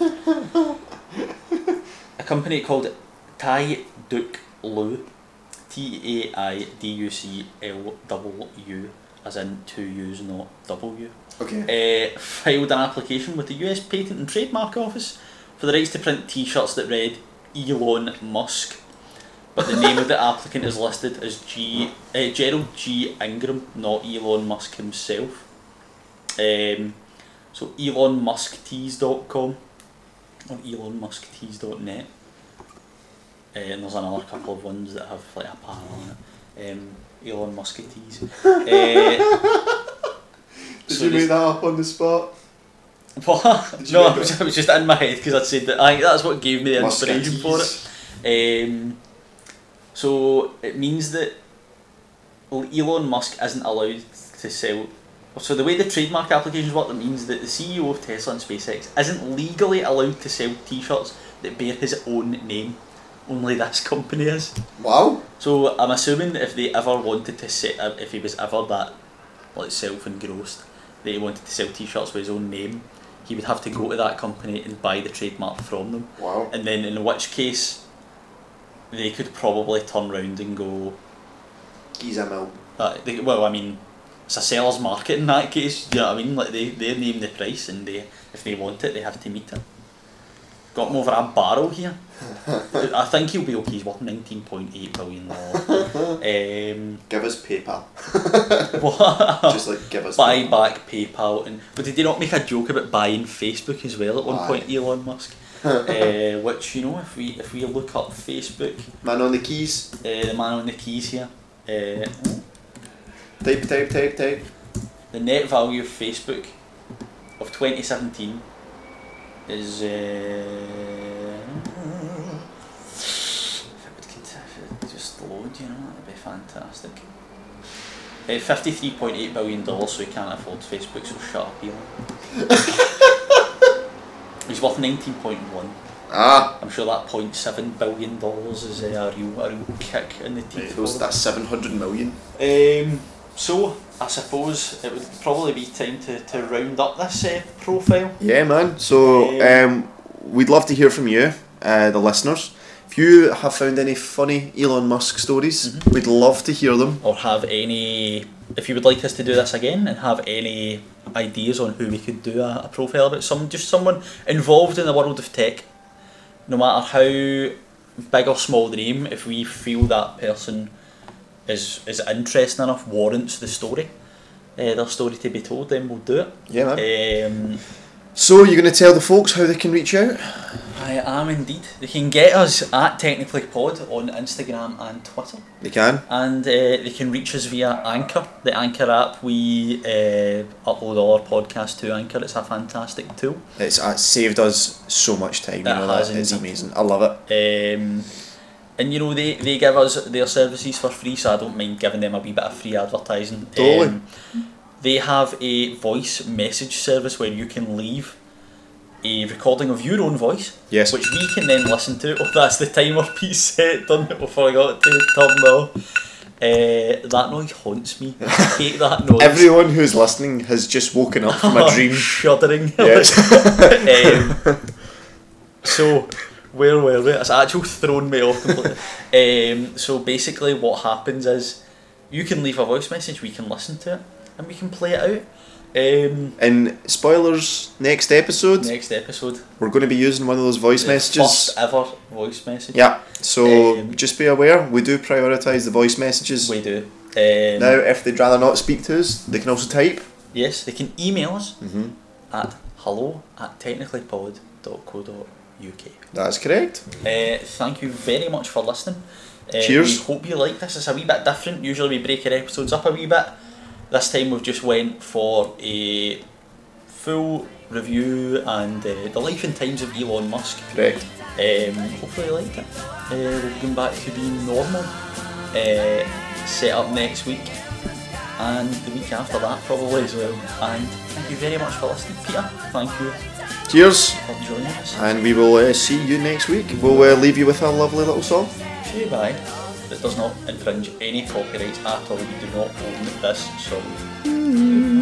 [SPEAKER 2] a company called Tai Duc Lu, T A I D U C L W U, as in two U's, not W.
[SPEAKER 1] Okay.
[SPEAKER 2] Uh, filed an application with the US Patent and Trademark Office for the rights to print t shirts that read Elon Musk. But the name of the applicant is listed as G uh, Gerald G. Ingram, not Elon Musk himself. Um, so elonmusktees.com or elonmusktees.net. Uh, and there's another couple of ones that have like a panel on it. Um, Elon Musk tees. uh,
[SPEAKER 1] Did
[SPEAKER 2] so
[SPEAKER 1] you
[SPEAKER 2] there's-
[SPEAKER 1] make that up on the spot? Did
[SPEAKER 2] What?
[SPEAKER 1] you
[SPEAKER 2] No,
[SPEAKER 1] make
[SPEAKER 2] it was,
[SPEAKER 1] that?
[SPEAKER 2] it was just in my head because I'd said that. I that's what gave me the inspiration for it.
[SPEAKER 1] Musketeers.
[SPEAKER 2] Um, so it means that well, Elon Musk isn't allowed to sell. So the way the trademark applications work, that means that the CEO of Tesla and SpaceX isn't legally allowed to sell T-shirts that bear his own name. only this company is.
[SPEAKER 3] Wow.
[SPEAKER 2] So I'm assuming if they ever wanted to say uh, if he was ever that like self engrossed that he wanted to sell T-shirts with his own name, he would have to go to that company and buy the trademark from them,
[SPEAKER 1] Oh.
[SPEAKER 3] Wow.
[SPEAKER 2] and then in which case, they could probably turn round and go.
[SPEAKER 3] He's ML.
[SPEAKER 2] Uh, they, well, I mean, it's a seller's market in that case. You know what I mean? Like they, they name the price, and they if they want it, they have to meet it. Got him over a barrel here. I think he'll be okay. He's worth nineteen point eight billion dollars. um,
[SPEAKER 3] Give us PayPal.
[SPEAKER 2] what?
[SPEAKER 3] Just like give us.
[SPEAKER 2] buy back PayPal, and but did they not make a joke about buying Facebook as well at one point? Elon Musk. uh, which you know, if we if we look up Facebook,
[SPEAKER 3] Man on the keys.
[SPEAKER 2] uh, the man on the keys here, uh,
[SPEAKER 3] Type, type, type, type.
[SPEAKER 2] the net value of Facebook of 2017 is. Uh, if it would cont- if it just load, you know, that'd be fantastic. Uh, Fifty-three point eight billion dollars, so he can't afford Facebook. So shut up, Elon. He's worth nineteen point one.
[SPEAKER 3] Ah.
[SPEAKER 2] I'm sure that point seven billion dollars is uh, a real, a real kick in the teeth. for
[SPEAKER 3] Those,
[SPEAKER 2] him.
[SPEAKER 3] that's 700 million.
[SPEAKER 2] Um, so, I suppose it would probably be time to, to round up this uh, profile.
[SPEAKER 1] Yeah, man. So um, we'd love to hear from you, uh, the listeners. If you have found any funny Elon Musk stories, we'd love to hear them.
[SPEAKER 2] Or have any, if you would like us to do this again and have any ideas on who we could do a, a profile about, some just someone involved in the world of tech, no matter how big or small the name, if we feel that person is is interesting enough, warrants the story, uh, their story to be told, then we'll do
[SPEAKER 1] Yeah, man.
[SPEAKER 2] it. Um,
[SPEAKER 1] So you're going to tell the folks how they can reach out?
[SPEAKER 2] I am indeed. They can get us at Technically Pod on Instagram and Twitter,
[SPEAKER 1] They can.
[SPEAKER 2] and uh, they can reach us via Anchor, the Anchor app. We uh, upload all our podcasts to Anchor. It's a fantastic tool.
[SPEAKER 1] It's uh, saved us so much time. You
[SPEAKER 2] It
[SPEAKER 1] know
[SPEAKER 2] has
[SPEAKER 1] that. It's
[SPEAKER 2] indeed.
[SPEAKER 1] amazing. I love it.
[SPEAKER 2] Um, and you know they, they give us their services for free, so I don't mind giving them a wee bit of free advertising.
[SPEAKER 1] Totally.
[SPEAKER 2] Um, they have a voice message service where you can leave a recording of your own voice.
[SPEAKER 1] Yes.
[SPEAKER 2] Which we can then listen to. Oh, that's the timer piece set done it before I got to turn off. Uh, that noise haunts me. I hate that noise.
[SPEAKER 1] Everyone who's listening has just woken up from
[SPEAKER 2] Oh,
[SPEAKER 1] a dream.
[SPEAKER 2] Shuddering.
[SPEAKER 1] yes.
[SPEAKER 2] um, so, where were we? It's actually thrown me off completely. um, so basically, what happens is you can leave a voice message, we can listen to it, and we can play it out. Um,
[SPEAKER 1] And spoilers, next episode,
[SPEAKER 2] next episode,
[SPEAKER 1] we're going to be using one of those voice
[SPEAKER 2] the
[SPEAKER 1] messages.
[SPEAKER 2] first ever voice message.
[SPEAKER 1] Yeah. So
[SPEAKER 2] Um,
[SPEAKER 1] just be aware, we do prioritise the voice messages.
[SPEAKER 2] we do. Um,
[SPEAKER 1] Now, if they'd rather not speak to us, they can also type.
[SPEAKER 2] Yes, they can email us
[SPEAKER 1] Mm-hmm.
[SPEAKER 2] at hello at technicallypod.co.uk.
[SPEAKER 1] That's correct.
[SPEAKER 2] Uh, thank you very much for listening. Uh,
[SPEAKER 1] Cheers.
[SPEAKER 2] We hope you like this. It's a wee bit different. Usually we break our episodes up a wee bit. This time we've just went for a full review and uh, the life and times of Elon Musk.
[SPEAKER 1] Correct.
[SPEAKER 2] Um, hopefully you liked it. Uh, we'll come back to being normal. Uh, set up next week and the week after that probably as well. And thank you very much for listening, Peter. Thank you
[SPEAKER 1] Cheers,
[SPEAKER 2] for joining us.
[SPEAKER 1] and we will uh, see you next week. We'll uh, leave you with a lovely little song.
[SPEAKER 2] Say bye. This does not infringe any copyrights at all. We do not own this song.